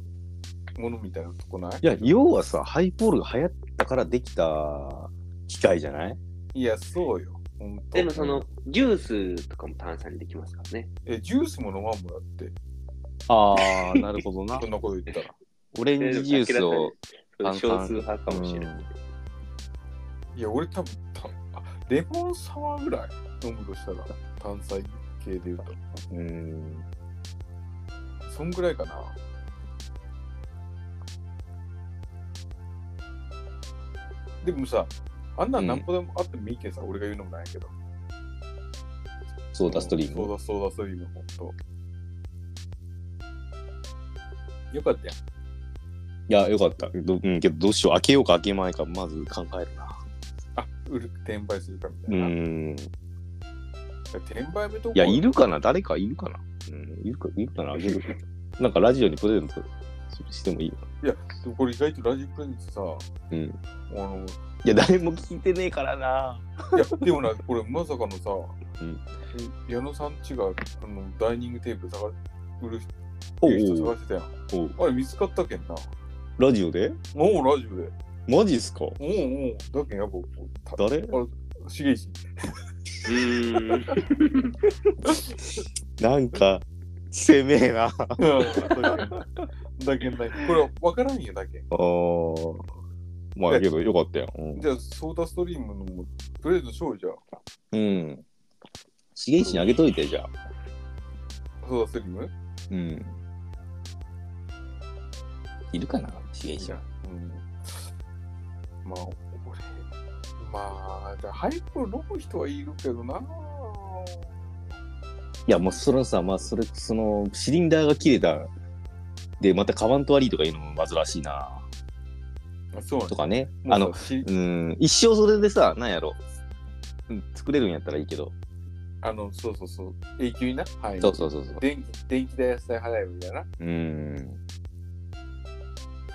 [SPEAKER 1] ものみたいなとこない
[SPEAKER 2] いや、要はさ、ハイボールが流行ったからできた機械じゃない
[SPEAKER 1] いや、そうよ。本当
[SPEAKER 3] でもその、ジュースとかも炭酸にできますからね。
[SPEAKER 1] え、ジュースも飲まんもんだって、
[SPEAKER 2] ああ、なるほどな
[SPEAKER 1] そんなこと言ったら。
[SPEAKER 2] オレンジジュースを。
[SPEAKER 3] 少数派かもしれない。
[SPEAKER 1] いや、俺多分たあ、レモンサワーぐらい飲むとしたら、炭酸系で言うと。
[SPEAKER 2] うん。
[SPEAKER 1] そんぐらいかな。でもさ、あんなんなんぼでもあってもいいけどさ、俺が言うのもないけど。
[SPEAKER 2] ソーダストリー
[SPEAKER 1] ソー
[SPEAKER 2] ム。
[SPEAKER 1] ダ、ソーダストリーム、ほんと。よかったやん。
[SPEAKER 2] いや、よかった。どうん、けどどうしよう。開けようか開けまいか、まず考えるな。
[SPEAKER 1] あ、売る、転売するかみた
[SPEAKER 2] う
[SPEAKER 1] いな。い
[SPEAKER 2] ん。
[SPEAKER 1] や転売やめとこう
[SPEAKER 2] いや、いるかな誰かいるかなうん、いるか、いるか なあげる。なんかラジオにプレゼントしてもいいよ。
[SPEAKER 1] でもこれ意外とラジオプレゼントさ、
[SPEAKER 2] うん
[SPEAKER 1] あの、
[SPEAKER 2] いや、誰も聞いてねえからな。
[SPEAKER 1] いや、でもな、これまさかのさ、
[SPEAKER 2] うん
[SPEAKER 1] え矢野さんちがあのダイニングテープ探売る人
[SPEAKER 2] おう
[SPEAKER 1] 売る人
[SPEAKER 2] おう
[SPEAKER 1] 探してたやん。
[SPEAKER 2] おう
[SPEAKER 1] あれ見つかったけんな。
[SPEAKER 2] ラジオで
[SPEAKER 1] もうラジオで。
[SPEAKER 2] マジっすか
[SPEAKER 1] おうおう。だけんやっぱこう、た
[SPEAKER 2] 誰
[SPEAKER 1] あ、しげいし。
[SPEAKER 3] うーん。
[SPEAKER 2] なんか、せめえな。 あ
[SPEAKER 1] だけんだけん。これ分からんよ、だけん。
[SPEAKER 2] ー。まあ、やけどよかったよ。うん
[SPEAKER 1] じゃあ、ソーダストリームのも、とりあえずしょうじゃあ。
[SPEAKER 2] うん。重石にあげといて、じゃあ。
[SPEAKER 1] ソーダストリーム
[SPEAKER 2] うん。いるかな重石は。
[SPEAKER 1] うん。まあ、俺、まあ、だハイボール飲む人はいるけどな。
[SPEAKER 2] いや、もうそれはさ、まあ、それ、その、シリンダーが切れた。で、またカバンと悪いとかいうのも煩わしいな。
[SPEAKER 1] あそうなん
[SPEAKER 2] と
[SPEAKER 1] だ
[SPEAKER 2] かね。
[SPEAKER 1] もう
[SPEAKER 2] あの、
[SPEAKER 1] し
[SPEAKER 2] うん、一生それでさ、なんやろ。うん作れるんやったらいいけど。
[SPEAKER 1] あの、そうそうそう。永久にな。はい。
[SPEAKER 2] そうそうそうそう。
[SPEAKER 1] 電気、電気代やさえ払えばみたいな。
[SPEAKER 2] うん。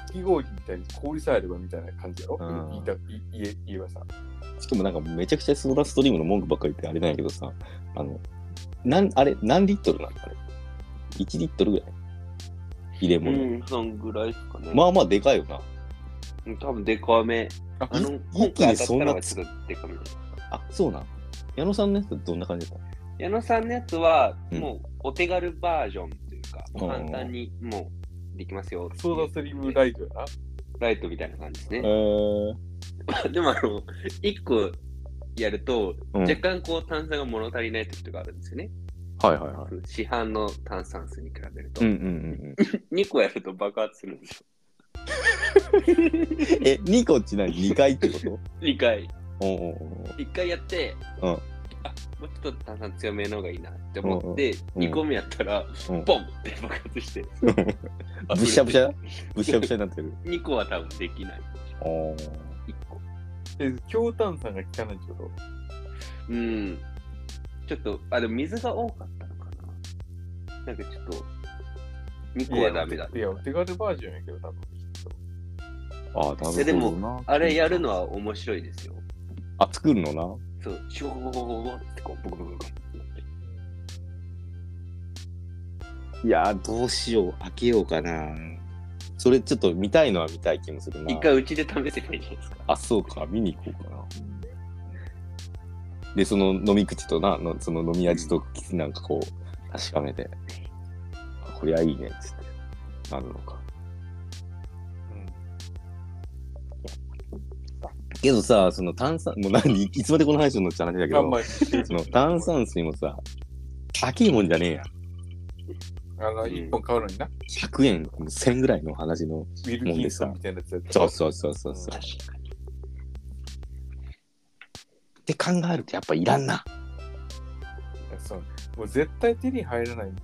[SPEAKER 1] かき氷みたいに氷さえあればみたいな感じやろ、
[SPEAKER 2] うん
[SPEAKER 1] 言いたい言え言えばさ。
[SPEAKER 2] しかもなんかめちゃくちゃソーダストリームの文句ばっかり言ってあれなんやけどさ、あの、なん、あれ、何リットルなんあれ。1リットルぐらい入れ物。
[SPEAKER 3] うん、そんぐらいですかね。
[SPEAKER 2] まあまあでかいよな。
[SPEAKER 3] うん多分デカめ。
[SPEAKER 1] あ
[SPEAKER 3] あの、
[SPEAKER 2] 一気にそんな
[SPEAKER 3] 今回当たったのがちょっとデカめです。
[SPEAKER 2] あ、そうなん。矢野さんのやつどんな感じだった
[SPEAKER 3] 矢野さんのやつは、
[SPEAKER 2] うん
[SPEAKER 3] もうお手軽バージョンというか、
[SPEAKER 2] うん
[SPEAKER 3] 簡単にもうできますよ。
[SPEAKER 1] ソーダストリームライトやな。
[SPEAKER 3] ライトみたいな感じですね。
[SPEAKER 2] えー、
[SPEAKER 3] でもあの、1個やると、
[SPEAKER 2] うん
[SPEAKER 3] 若干こう炭酸が物足りない時とかあるんですよね。
[SPEAKER 2] はいはいはい。
[SPEAKER 3] 市販の炭酸水に比べると。
[SPEAKER 2] うんうんうんうん。
[SPEAKER 3] 2個やると爆発するんですよ。
[SPEAKER 2] え、2個ちなみに2回ってこと
[SPEAKER 3] 2回。
[SPEAKER 2] おうおうおう
[SPEAKER 3] 1回やって、
[SPEAKER 2] うん
[SPEAKER 3] あもうちょっと炭酸強めの方がいいなって思って、
[SPEAKER 2] うん
[SPEAKER 3] 2個目やったら、
[SPEAKER 2] うん
[SPEAKER 3] ボンって爆発して。
[SPEAKER 2] ぶしゃぶしゃぶしゃぶしゃになって る。
[SPEAKER 3] 2個は多分できない。
[SPEAKER 2] おー
[SPEAKER 3] 1個。
[SPEAKER 4] え、強炭酸が効かないってこと
[SPEAKER 3] うん。ちょっと、あ、でも水が多かったのかな。なんかちょっと、2個はダメだ。
[SPEAKER 4] いや、お手軽バージョンやけど、多分。
[SPEAKER 2] あー、なるほどな
[SPEAKER 3] えでもあれやるのは面白いですよ。
[SPEAKER 2] あ、作るのな。
[SPEAKER 3] そう、シュゴゴゴゴゴってこう、ボコボコボコってなって。
[SPEAKER 2] いやー、どうしよう。開けようかな。それちょっと見たいのは見たい気もするな。
[SPEAKER 3] 一回うちで試せばいいじゃないですか。
[SPEAKER 2] あ、そうか。見に行こうかな。で、その飲み口とな、のその飲み味となんかこう、確かめて。あこりゃいいね、つって。なるのか。けどさ、その炭酸、もう何、い つまでこの話になっちゃうんだけ
[SPEAKER 4] あん
[SPEAKER 2] ど
[SPEAKER 4] ま、り
[SPEAKER 2] その炭酸水もさ、高いもんじゃねえや。
[SPEAKER 4] あの、一本買うのにな。
[SPEAKER 2] 100円、1000ぐらいの話の。
[SPEAKER 4] ウィルキンソンみたいなやつやった
[SPEAKER 2] そうそうそうそうそう。
[SPEAKER 3] かに。
[SPEAKER 2] って考えるとやっぱいらんな。
[SPEAKER 4] いやそうもう絶対手に入らないもん。だ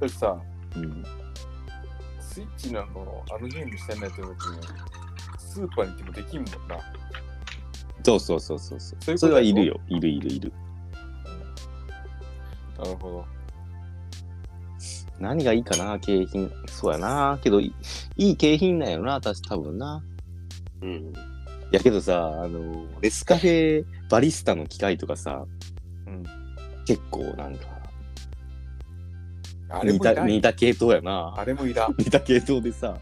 [SPEAKER 4] ってさ、
[SPEAKER 2] うん。
[SPEAKER 4] スイッチのあのあのゲームしてないと時に、スーパーに行ってもできんもんな。
[SPEAKER 2] そうそうそうそうそう。
[SPEAKER 4] そういうこと
[SPEAKER 2] それはいるよ。いるいるいる。
[SPEAKER 4] なるほど。
[SPEAKER 2] 何がいいかな、景品。そうやな。けど、いいい景品なんやろな、私多分な。
[SPEAKER 3] うん。
[SPEAKER 2] いやけどさ、あの、レスカフェバリスタの機械とかさ、
[SPEAKER 4] うん。
[SPEAKER 2] 結構なんか、
[SPEAKER 4] あれ
[SPEAKER 2] 似
[SPEAKER 4] もい
[SPEAKER 2] た
[SPEAKER 4] ら
[SPEAKER 2] 似
[SPEAKER 4] ん。
[SPEAKER 2] た系統や な。
[SPEAKER 4] あれもいらん。
[SPEAKER 2] 似た系統でさ、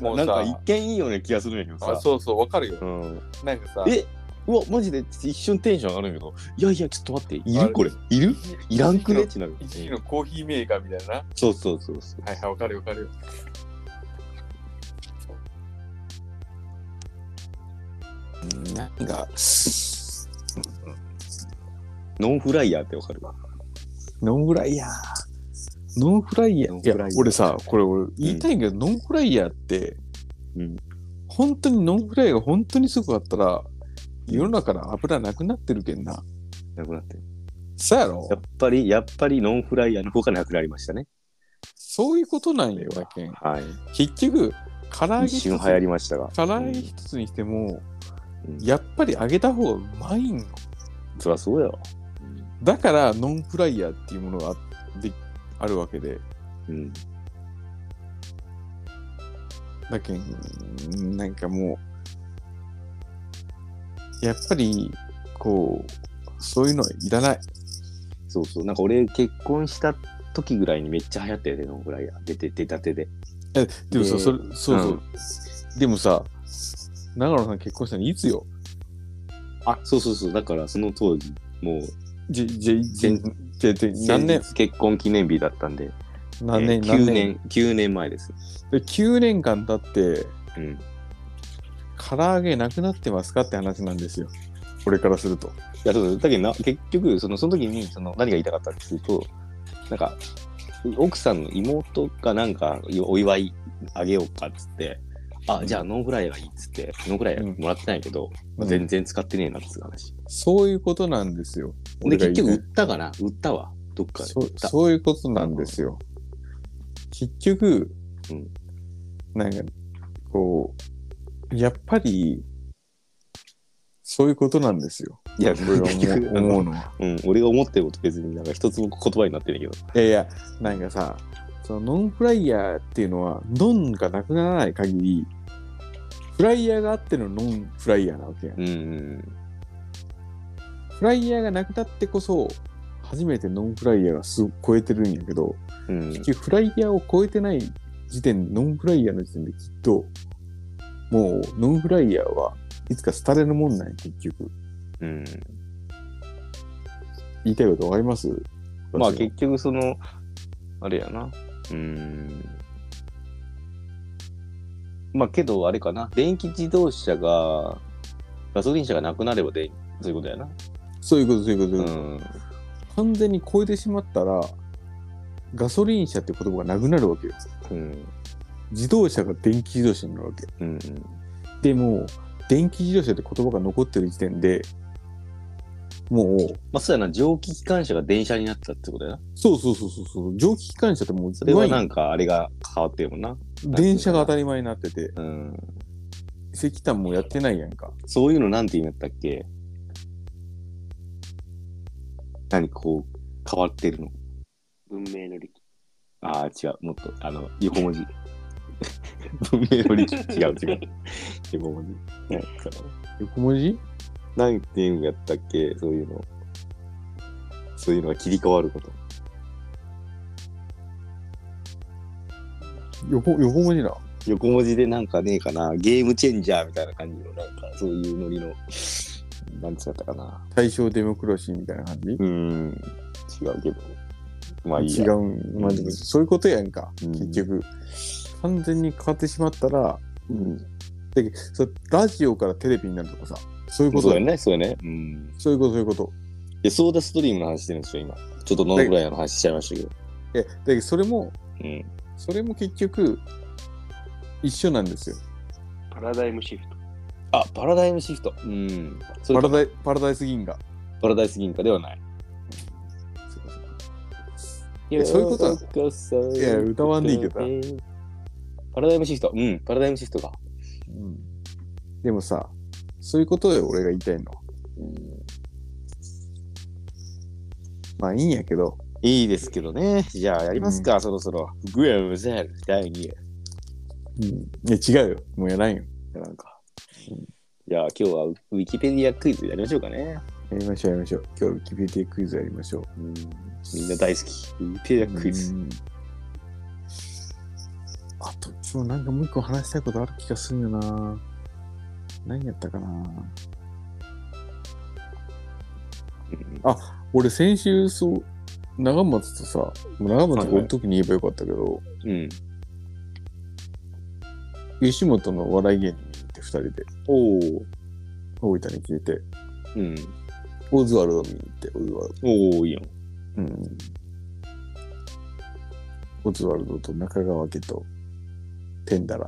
[SPEAKER 4] もう
[SPEAKER 2] なんか
[SPEAKER 4] さ
[SPEAKER 2] 一、見いいような気がするんやけど
[SPEAKER 4] あ
[SPEAKER 2] さ。
[SPEAKER 4] そうそう、わかるよ。
[SPEAKER 2] うん、
[SPEAKER 4] なんかさ、
[SPEAKER 2] えうわ、マジで一瞬テンション上がるんやけど、いやいや、ちょっと待って、い
[SPEAKER 4] あ
[SPEAKER 2] る
[SPEAKER 4] れ
[SPEAKER 2] これ、いるいらんくねっ
[SPEAKER 4] 一時
[SPEAKER 2] てなる
[SPEAKER 4] の。一時のコーヒーメーカーみたいなな。
[SPEAKER 2] そうそうそうそう。
[SPEAKER 4] はいはい、わかるよわかるよ。
[SPEAKER 2] なんか、ノンフライヤーってわかるわ。
[SPEAKER 1] ノンフライヤー。ノンフライヤ
[SPEAKER 2] ノン
[SPEAKER 1] ー。
[SPEAKER 2] フライ
[SPEAKER 1] い
[SPEAKER 2] ヤ
[SPEAKER 1] や
[SPEAKER 2] ー、
[SPEAKER 1] 俺さ、これ俺言いたいけど、ノンフライヤーって、
[SPEAKER 2] うん
[SPEAKER 1] 本当にノンフライヤーが本当にすごかったら、世の中の油なくなってるけんな。
[SPEAKER 2] なくなってる。
[SPEAKER 1] そうやろ
[SPEAKER 2] やっぱり、やっぱりノンフライヤーの方がなくなりましたね。
[SPEAKER 1] そういうことなんよ、やけん。
[SPEAKER 2] はい。
[SPEAKER 1] 結局、唐揚げ
[SPEAKER 2] 一
[SPEAKER 1] 一つ
[SPEAKER 2] 瞬流行りましたが。
[SPEAKER 1] 唐揚げ一つにしても、
[SPEAKER 2] うん
[SPEAKER 1] やっぱり揚げた方がうまいんよ。
[SPEAKER 2] そりゃそうよ。
[SPEAKER 1] だから、ノンフライヤーっていうものがあであるわけで。
[SPEAKER 2] うん。
[SPEAKER 1] だけん、なんかもう、やっぱり、こう、そういうのはいらない。
[SPEAKER 2] そうそう。なんか俺、結婚した時ぐらいにめっちゃ流行ったよね、ノンフライヤー。出て、出たてで。
[SPEAKER 1] えで
[SPEAKER 2] で
[SPEAKER 1] もさ、それ、そうそう。でもさ、長野さん結婚したのいつよ
[SPEAKER 2] あ、そうそうそう。だから、その当時、もう、
[SPEAKER 1] じ、じ、じ
[SPEAKER 2] 全、
[SPEAKER 1] じ、じ、何年
[SPEAKER 2] 先日結婚記念日だったんで、
[SPEAKER 1] 何年
[SPEAKER 2] えー
[SPEAKER 1] 何
[SPEAKER 2] 9
[SPEAKER 1] 年
[SPEAKER 2] 年、9年前です。
[SPEAKER 1] で ?9 年間経って、
[SPEAKER 2] うん。
[SPEAKER 1] 唐揚げなくなってますかって話なんですよ。俺からすると。
[SPEAKER 2] いや、そうだだけどな、結局、そのその時にその何が言いたかったかっていうと、なんか、奥さんの妹がなんかお祝いあげようかっつって、あ、じゃあノンフライヤーがいいっつって、ノンフライヤーもらってないけど、まあ全然使ってねえなっつう話。
[SPEAKER 1] そういうことなんですよ。
[SPEAKER 2] で、
[SPEAKER 1] 俺が
[SPEAKER 2] 結
[SPEAKER 1] 言いたい
[SPEAKER 2] 局売ったかな売ったわ。どっかで
[SPEAKER 1] そ
[SPEAKER 2] 売っ
[SPEAKER 1] う
[SPEAKER 2] た。
[SPEAKER 1] そういうことなんですよ。結局、
[SPEAKER 2] うん
[SPEAKER 1] なんかこうやっぱりそういうことなんですよ。
[SPEAKER 2] いや、
[SPEAKER 1] 俺が
[SPEAKER 2] 結局、
[SPEAKER 1] 思う思うのは。
[SPEAKER 2] うん、俺が思ってること別になんか一つも言葉になってないけど。
[SPEAKER 1] いやいやなんかさそのノンフライヤーっていうのはノンがなくならない限りフライヤーがあってのノンフライヤーなわけやん。
[SPEAKER 2] うんうん。
[SPEAKER 1] フライヤーがなくなってこそ初めてノンフライヤーがす超えてるんやけど、
[SPEAKER 2] うん、
[SPEAKER 1] 結局フライヤーを超えてない時点ノンフライヤーの時点できっともうノンフライヤーはいつか廃れるもんなんや結局
[SPEAKER 2] うん。
[SPEAKER 1] 言いたいことわかります
[SPEAKER 2] まあ
[SPEAKER 1] 私は
[SPEAKER 2] 結局その、あれやな。うーん。まあけどあれかな。電気自動車がガソリン車がなくなればで、そういうことやな。
[SPEAKER 1] そういうこと、そういうこと。
[SPEAKER 2] うん。
[SPEAKER 1] 完全に超えてしまったら、ガソリン車って言葉がなくなるわけよ。
[SPEAKER 2] うん。
[SPEAKER 1] 自動車が電気自動車になるわけ。
[SPEAKER 2] うん。
[SPEAKER 1] でも、電気自動車って言葉が残ってる時点で、もう、
[SPEAKER 2] まあ、そうやな、蒸気機関車が電車になったってことやな。
[SPEAKER 1] そうそうそうそうそう、蒸気機関車ってもう、
[SPEAKER 2] それはないんか、あれが変わってるもんな。
[SPEAKER 1] 電車が当たり前になってて、
[SPEAKER 2] うん。
[SPEAKER 1] 石炭もやってないやんか。
[SPEAKER 2] そういうのなんて言うんやったっけ何こう、変わってるの
[SPEAKER 3] 文明の利器。
[SPEAKER 2] ああ、違う。もっと、あの、横文字。文明の利器。違う、違う。横文字。はいそうだね
[SPEAKER 1] 横文字
[SPEAKER 2] なんていうんやったっけそういうの。そういうのが切り替わること。
[SPEAKER 1] 横横文字な。
[SPEAKER 2] 横文字でなんかねえかな。ゲームチェンジャーみたいな感じの、なんか、そういうノリの、なんつったかな。
[SPEAKER 1] 大正デモクラシーみたいな感じ、
[SPEAKER 2] うーん、違うけど。まあいい
[SPEAKER 1] 違
[SPEAKER 2] や。
[SPEAKER 1] う、まあ、でもそういうことやんか、
[SPEAKER 2] うん
[SPEAKER 1] 結局。完全に変わってしまったら、
[SPEAKER 2] うん。
[SPEAKER 1] でそうラジオからテレビになるとかさ、そういうこ
[SPEAKER 2] そ
[SPEAKER 1] と
[SPEAKER 2] うだよ
[SPEAKER 1] だよね。
[SPEAKER 2] ね、そうだよね。うん。
[SPEAKER 1] そういうこと、そういうこと。
[SPEAKER 2] で、ソーダストリームの話してるんですよ、今。ちょっとノンフライヤーの話しちゃいましたけど。
[SPEAKER 1] え、で、それも、
[SPEAKER 2] うん。
[SPEAKER 1] それも結局、一緒なんですよ。
[SPEAKER 3] パラダイムシフト。
[SPEAKER 2] あ、パラダイムシフト。うん。それ
[SPEAKER 1] パラ
[SPEAKER 2] パラ
[SPEAKER 1] ダイパラダイス銀河。
[SPEAKER 2] ダイス銀貨ではない。
[SPEAKER 1] やそういうことは
[SPEAKER 2] と
[SPEAKER 1] いや歌わんでいいけどな
[SPEAKER 2] パラダイムシフト。うん、パラダイムシフトか。
[SPEAKER 1] うん、でもさそういうことで俺が言いたいのはまあいいんやけど
[SPEAKER 2] いいですけどね。じゃあやりますか、そろそろ。グエムゼル第2
[SPEAKER 1] いや違うよもうやらんよ
[SPEAKER 2] 位。なんか。じゃあ今日はウィキペディアクイズやりましょうかね。
[SPEAKER 1] やりましょうやりましょう今日ウィキペディアクイズやりましょう
[SPEAKER 2] うん、みんな大好き。ウィキペディアクイズ。
[SPEAKER 1] うんあとそうなんかもう一個話したいことある気がするよな何やったかな
[SPEAKER 2] うん
[SPEAKER 1] 俺先週そう長松とさ長松がおる時に言えばよかったけど、
[SPEAKER 2] うん。
[SPEAKER 1] 吉本のお笑い芸人に行って2人で
[SPEAKER 2] おお。
[SPEAKER 1] 大分に来てて
[SPEAKER 2] うん。
[SPEAKER 1] オズワルド見に行ってオズワルド
[SPEAKER 2] おお、いいやん。
[SPEAKER 1] うんオズワルドと中川家とテンダラ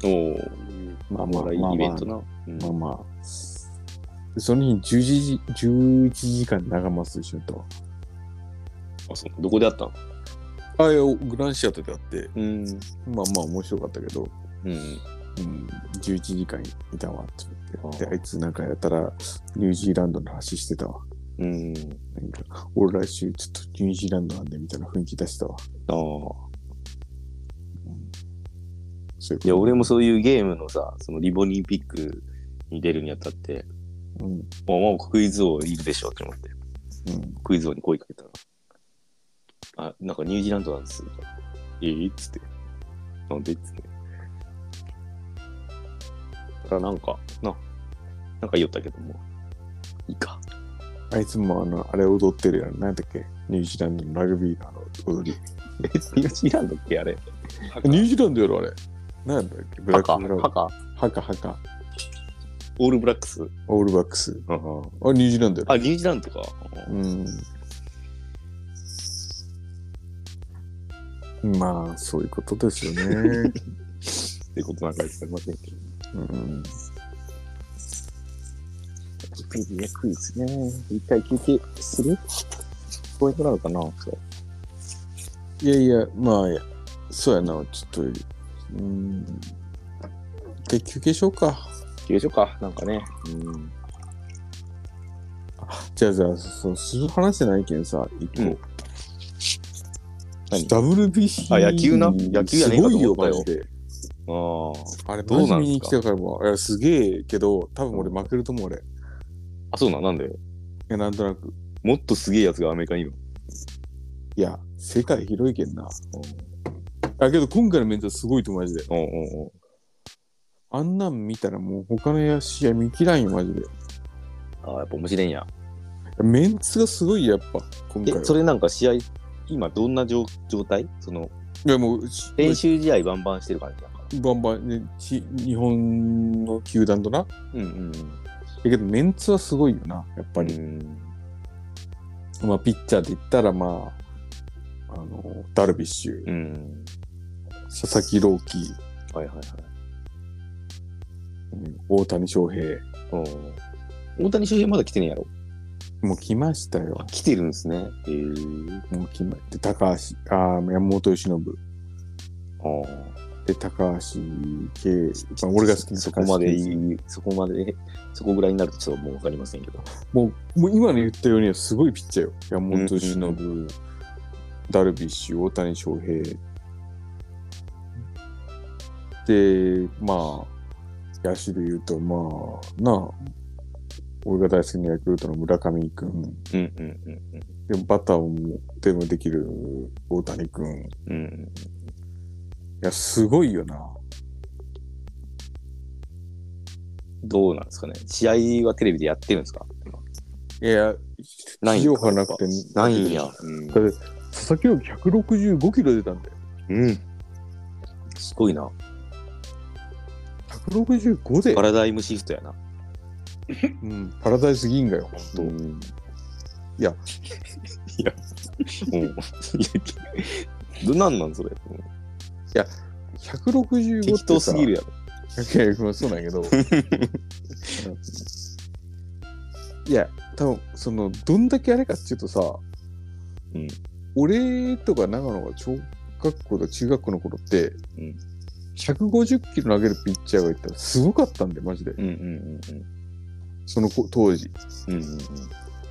[SPEAKER 1] ーと。
[SPEAKER 2] おお。
[SPEAKER 1] まあ
[SPEAKER 2] お笑いイベントな。うん
[SPEAKER 1] まあまあ。でその日10時、11時間長松と一緒にと。
[SPEAKER 2] あそうどこであったの
[SPEAKER 1] あ、いや、グランシアターであって、
[SPEAKER 2] うん。
[SPEAKER 1] まあまあ面白かったけど、
[SPEAKER 2] うん。
[SPEAKER 1] うん、11時間いたわ、と思って。
[SPEAKER 2] あ
[SPEAKER 1] で、
[SPEAKER 2] あ
[SPEAKER 1] あいつなんかやったら、ニュージーランドの話してたわ。
[SPEAKER 2] うん。
[SPEAKER 1] なんか、俺来週ちょっとニュージーランドなんで、みたいな雰囲気出したわ。
[SPEAKER 2] ああ。
[SPEAKER 1] そういうこと
[SPEAKER 2] いや、俺もそういうゲームのさ、そのリボニーピックに出るにあたって、
[SPEAKER 1] うん。
[SPEAKER 2] まあまあクイズ王いるでしょうって思って、
[SPEAKER 1] うん。
[SPEAKER 2] クイズ王に声かけたら、あ、なんかニュージーランドなんです。ええっつって。なんでっつって。だからなんか、な、なんか言おったけども、いいか。
[SPEAKER 1] あいつもあの、あれ踊ってるやん。なんだっけニュージーランドのラグビーのあの踊り。
[SPEAKER 2] え、ニュージーランドってあれ
[SPEAKER 1] ニュージーランドやろ、あれ。なんだっけブ
[SPEAKER 2] ハ
[SPEAKER 1] ラッ
[SPEAKER 2] カ
[SPEAKER 1] クブラウ
[SPEAKER 2] ハ
[SPEAKER 1] ン。
[SPEAKER 2] カ
[SPEAKER 1] ハカハカ。
[SPEAKER 2] オールブラックス。
[SPEAKER 1] オールバックス。あ、ニュージーランドやろ。
[SPEAKER 2] あ、ニュージーランドか。
[SPEAKER 1] うん。まあ、そういうことです よね。
[SPEAKER 2] ってことなんかすいませんけど。
[SPEAKER 1] うん。
[SPEAKER 2] ペディアクイズね。一回休憩するポイントなのかなそう
[SPEAKER 1] いやいや、まあ、いやそうやな、ちょっと。うん。で、休憩しようか。
[SPEAKER 2] 休憩しようか。なんかね。うん。
[SPEAKER 1] じゃあ、じゃあ、そう、する話じゃないけんさ、一個。
[SPEAKER 2] うん何
[SPEAKER 1] WBC
[SPEAKER 2] あ野球な野球やねえかと思ったよ
[SPEAKER 1] すごいマジで
[SPEAKER 2] あ
[SPEAKER 1] あれ、
[SPEAKER 2] どうなんすか
[SPEAKER 1] マジ見に来たからもう、いや、すげえけど、多分俺負けると思う、俺。い
[SPEAKER 2] あ、そうなん、なんで
[SPEAKER 1] や、なんとなく。
[SPEAKER 2] もっとすげえやつがアメリカにいる
[SPEAKER 1] いや、世界広いけんな。
[SPEAKER 2] の。
[SPEAKER 1] だけど、今回のメンツはすごいと思う、マジで。
[SPEAKER 2] うんうんうん。
[SPEAKER 1] あんなん見たらもう他の試合見切らんよ、マジで。
[SPEAKER 2] あーやっぱ面白いんや。
[SPEAKER 1] メンツがすごい、やっぱ、今
[SPEAKER 2] え
[SPEAKER 1] 回、は。
[SPEAKER 2] それなんか試合、今どんな状状態その、
[SPEAKER 1] いや、もう、し
[SPEAKER 2] 練習試合バンバンしてる感じだから。
[SPEAKER 1] バンバン、ね、ち日本の球団とな、
[SPEAKER 2] うんうんうん。
[SPEAKER 1] けど、メンツはすごいよな、やっぱり。まあ、ピッチャーで言ったら、まあ、あの、ダルビッシュ、
[SPEAKER 2] うん。
[SPEAKER 1] 佐々木朗希、
[SPEAKER 2] はいはいはい。
[SPEAKER 1] うん大谷翔平、
[SPEAKER 2] 大谷翔平まだ来てねえやろ。
[SPEAKER 1] もう来ましたよ。
[SPEAKER 2] 来てるんですね。へえー。
[SPEAKER 1] もう決まって、高橋、あー山本由伸。
[SPEAKER 2] ああ。
[SPEAKER 1] で、高橋圭、まあ、俺が好きな
[SPEAKER 2] そ
[SPEAKER 1] 高
[SPEAKER 2] こま
[SPEAKER 1] 橋
[SPEAKER 2] で
[SPEAKER 1] 圭
[SPEAKER 2] い
[SPEAKER 1] 介
[SPEAKER 2] い、そこまで、そこぐらいになるとちょっともうわかりませんけど。
[SPEAKER 1] もう、もう今の言ったようにはすごいピッチャーよ。山本由伸、
[SPEAKER 2] うん
[SPEAKER 1] ダルビッシュ、大谷翔平。で、まあ、野手で言うと、まあ、なあ、俺が大好きなヤクルトの村上君、
[SPEAKER 2] うんうんうん
[SPEAKER 1] でもバッターをもでもできる大谷君。い
[SPEAKER 2] うん。うん。
[SPEAKER 1] や、すごいよな。
[SPEAKER 2] どうなんですかね。試合はテレビでやってるんですか
[SPEAKER 1] いや、
[SPEAKER 2] ない
[SPEAKER 1] 地上波なくて、
[SPEAKER 2] ないんや。うん
[SPEAKER 1] だって佐々木朗希165キロ出たんだよ。
[SPEAKER 2] うん。すごいな。
[SPEAKER 1] 165で
[SPEAKER 2] パ、ラダイムシフトやな。
[SPEAKER 1] うん、パラダイス銀河よ、ほんと。
[SPEAKER 2] うん。
[SPEAKER 1] いや。
[SPEAKER 2] いや。うん。いや、 どなんなんそれ。
[SPEAKER 1] 165ってさ
[SPEAKER 2] 適当すぎるやろ。
[SPEAKER 1] いやいやまあそうなんやけど いや多分そのどんだけあれかっていうとさ、
[SPEAKER 2] うん
[SPEAKER 1] 俺とか長野が小学校と中学校の頃って、
[SPEAKER 2] うん
[SPEAKER 1] 150キロ投げるピッチャーがいたらすごかったんでマジで
[SPEAKER 2] うんうん
[SPEAKER 1] その子当時、
[SPEAKER 2] うんうん。うんうん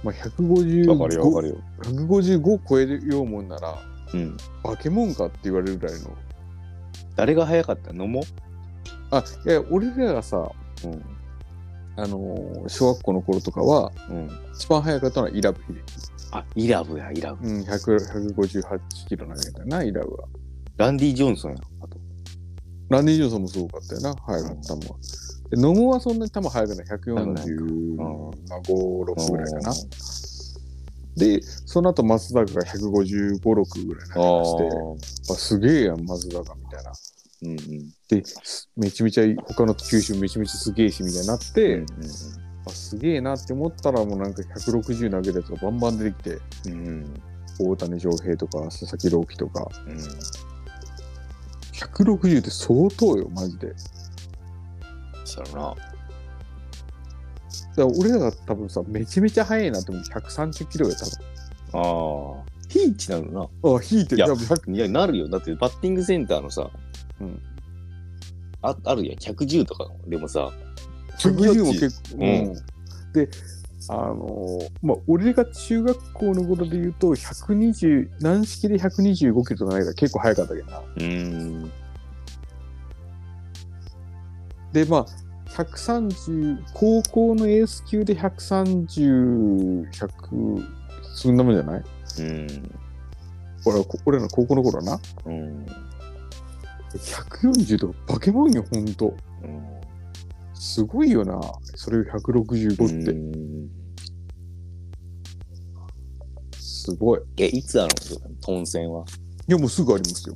[SPEAKER 1] ま
[SPEAKER 2] う
[SPEAKER 1] あ、
[SPEAKER 2] ん。
[SPEAKER 1] 155
[SPEAKER 2] わかるよわかるよ。
[SPEAKER 1] 155超えるようもんなら
[SPEAKER 2] うん。
[SPEAKER 1] 化け物かって言われるぐらいの
[SPEAKER 2] 誰が早かったのも
[SPEAKER 1] あいや俺らがさ
[SPEAKER 2] うん。
[SPEAKER 1] あのー小学校の頃とかは
[SPEAKER 2] うん。
[SPEAKER 1] 一番速かったのはイラブヒデ
[SPEAKER 2] あ、イラブや、イラブ。
[SPEAKER 1] うん、100 158キロ投げたな、イラブは。
[SPEAKER 2] ランディ・ジョンソンや。あと。
[SPEAKER 1] ランディ・ジョンソンもすごかったよな、速かったもん。で、野茂はそんなに球速くない、145、6ぐらいかな。で、その後松坂が155、6ぐらい
[SPEAKER 2] あ
[SPEAKER 1] 投げ出
[SPEAKER 2] ー
[SPEAKER 1] して、やっぱすげえやん、松坂みたいな。
[SPEAKER 2] うんうん。
[SPEAKER 1] で、めちゃめちゃ他の球種めちゃめちゃすげえしみたいになって、
[SPEAKER 2] うん
[SPEAKER 1] あすげえなって思ったらもうなんか160投げたやつがバンバン出てきて、
[SPEAKER 2] うんうん。
[SPEAKER 1] 大谷翔平とか佐々木朗希とか、
[SPEAKER 2] うん
[SPEAKER 1] 160って相当よ、マジで。
[SPEAKER 2] そうやろな。
[SPEAKER 1] だから俺らが多分さめちゃめちゃ速いなって思う130キロや多
[SPEAKER 2] ああ。ピーチなの
[SPEAKER 1] 分あ引いて
[SPEAKER 2] いや
[SPEAKER 1] る多分100
[SPEAKER 2] な。いや、なるよ。だって、バッティングセンターのさ、
[SPEAKER 1] うん
[SPEAKER 2] ああるやん、110とかでもさ、
[SPEAKER 1] 110も結構、
[SPEAKER 2] うん
[SPEAKER 1] うんであのーまあ俺が中学校の頃で言うと120軟式で125キロとか投げたら結構速かったけどな
[SPEAKER 2] うーん。
[SPEAKER 1] でまあ130高校のエース級で130100そんなもんじゃない
[SPEAKER 2] うん。
[SPEAKER 1] 俺はこ俺らの高校の頃はな
[SPEAKER 2] うん。
[SPEAKER 1] 140とか化け物よほんと
[SPEAKER 2] うん
[SPEAKER 1] すごいよなそれを165って、
[SPEAKER 2] うん
[SPEAKER 1] すごい
[SPEAKER 2] え、いつあるのトンセンは。
[SPEAKER 1] いや、もうすぐありますよ。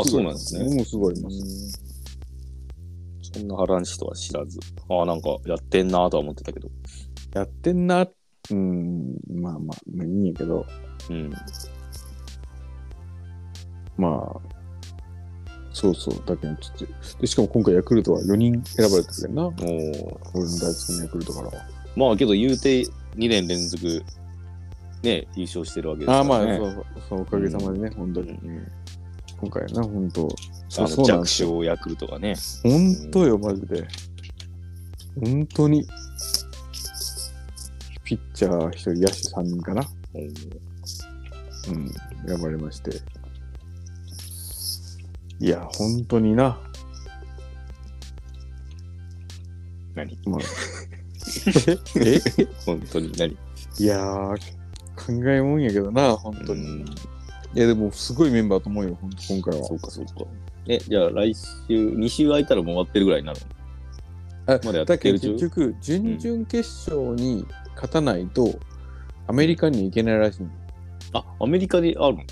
[SPEAKER 2] あ、そうなんですね。
[SPEAKER 1] もうすぐあります。
[SPEAKER 2] そんな話とは知らず。ああ、なんかやってんなとは思ってたけど。
[SPEAKER 1] やってんな、うん、まあまあ、まあいいんやけど、
[SPEAKER 2] うん。
[SPEAKER 1] まあ、そうそう、だけどちょっと、でしかも今回ヤクルトは4人選ばれてるけどな、
[SPEAKER 2] おー
[SPEAKER 1] 俺の大好きなヤクルトからは。
[SPEAKER 2] まあけど言うて2年連続ね優勝してるわけです
[SPEAKER 1] ああ、まあ、
[SPEAKER 2] ね。
[SPEAKER 1] そうそう、そのおかげさまでね、本当
[SPEAKER 2] う
[SPEAKER 1] に、
[SPEAKER 2] ん
[SPEAKER 1] 今回な、本当
[SPEAKER 2] あ
[SPEAKER 1] そ
[SPEAKER 2] の
[SPEAKER 1] うそうなん
[SPEAKER 2] 弱
[SPEAKER 1] ですよ。
[SPEAKER 2] 小ヤクルトがね。
[SPEAKER 1] 本当よ、マジで。本当に。ピッチャー1人、野手3人かな。
[SPEAKER 2] うん
[SPEAKER 1] うん、選ばれまして。いや、本当にな。
[SPEAKER 2] 何
[SPEAKER 1] まあ、 え
[SPEAKER 2] 本当に何
[SPEAKER 1] いやー、考えもんやけどな、本当に。
[SPEAKER 2] うん
[SPEAKER 1] いや、でも、すごいメンバーと思うよ、本当今回は
[SPEAKER 2] そ。うかそうか。え、じゃあ来週、2週空いたらもう終わってるぐらいになる
[SPEAKER 1] あ
[SPEAKER 2] のまだやっ
[SPEAKER 1] だ
[SPEAKER 2] て
[SPEAKER 1] け
[SPEAKER 2] る
[SPEAKER 1] ど、
[SPEAKER 2] 中
[SPEAKER 1] 結局、準々決勝に勝たないと、アメリカに行けないらしい。
[SPEAKER 2] あ、アメリカであるの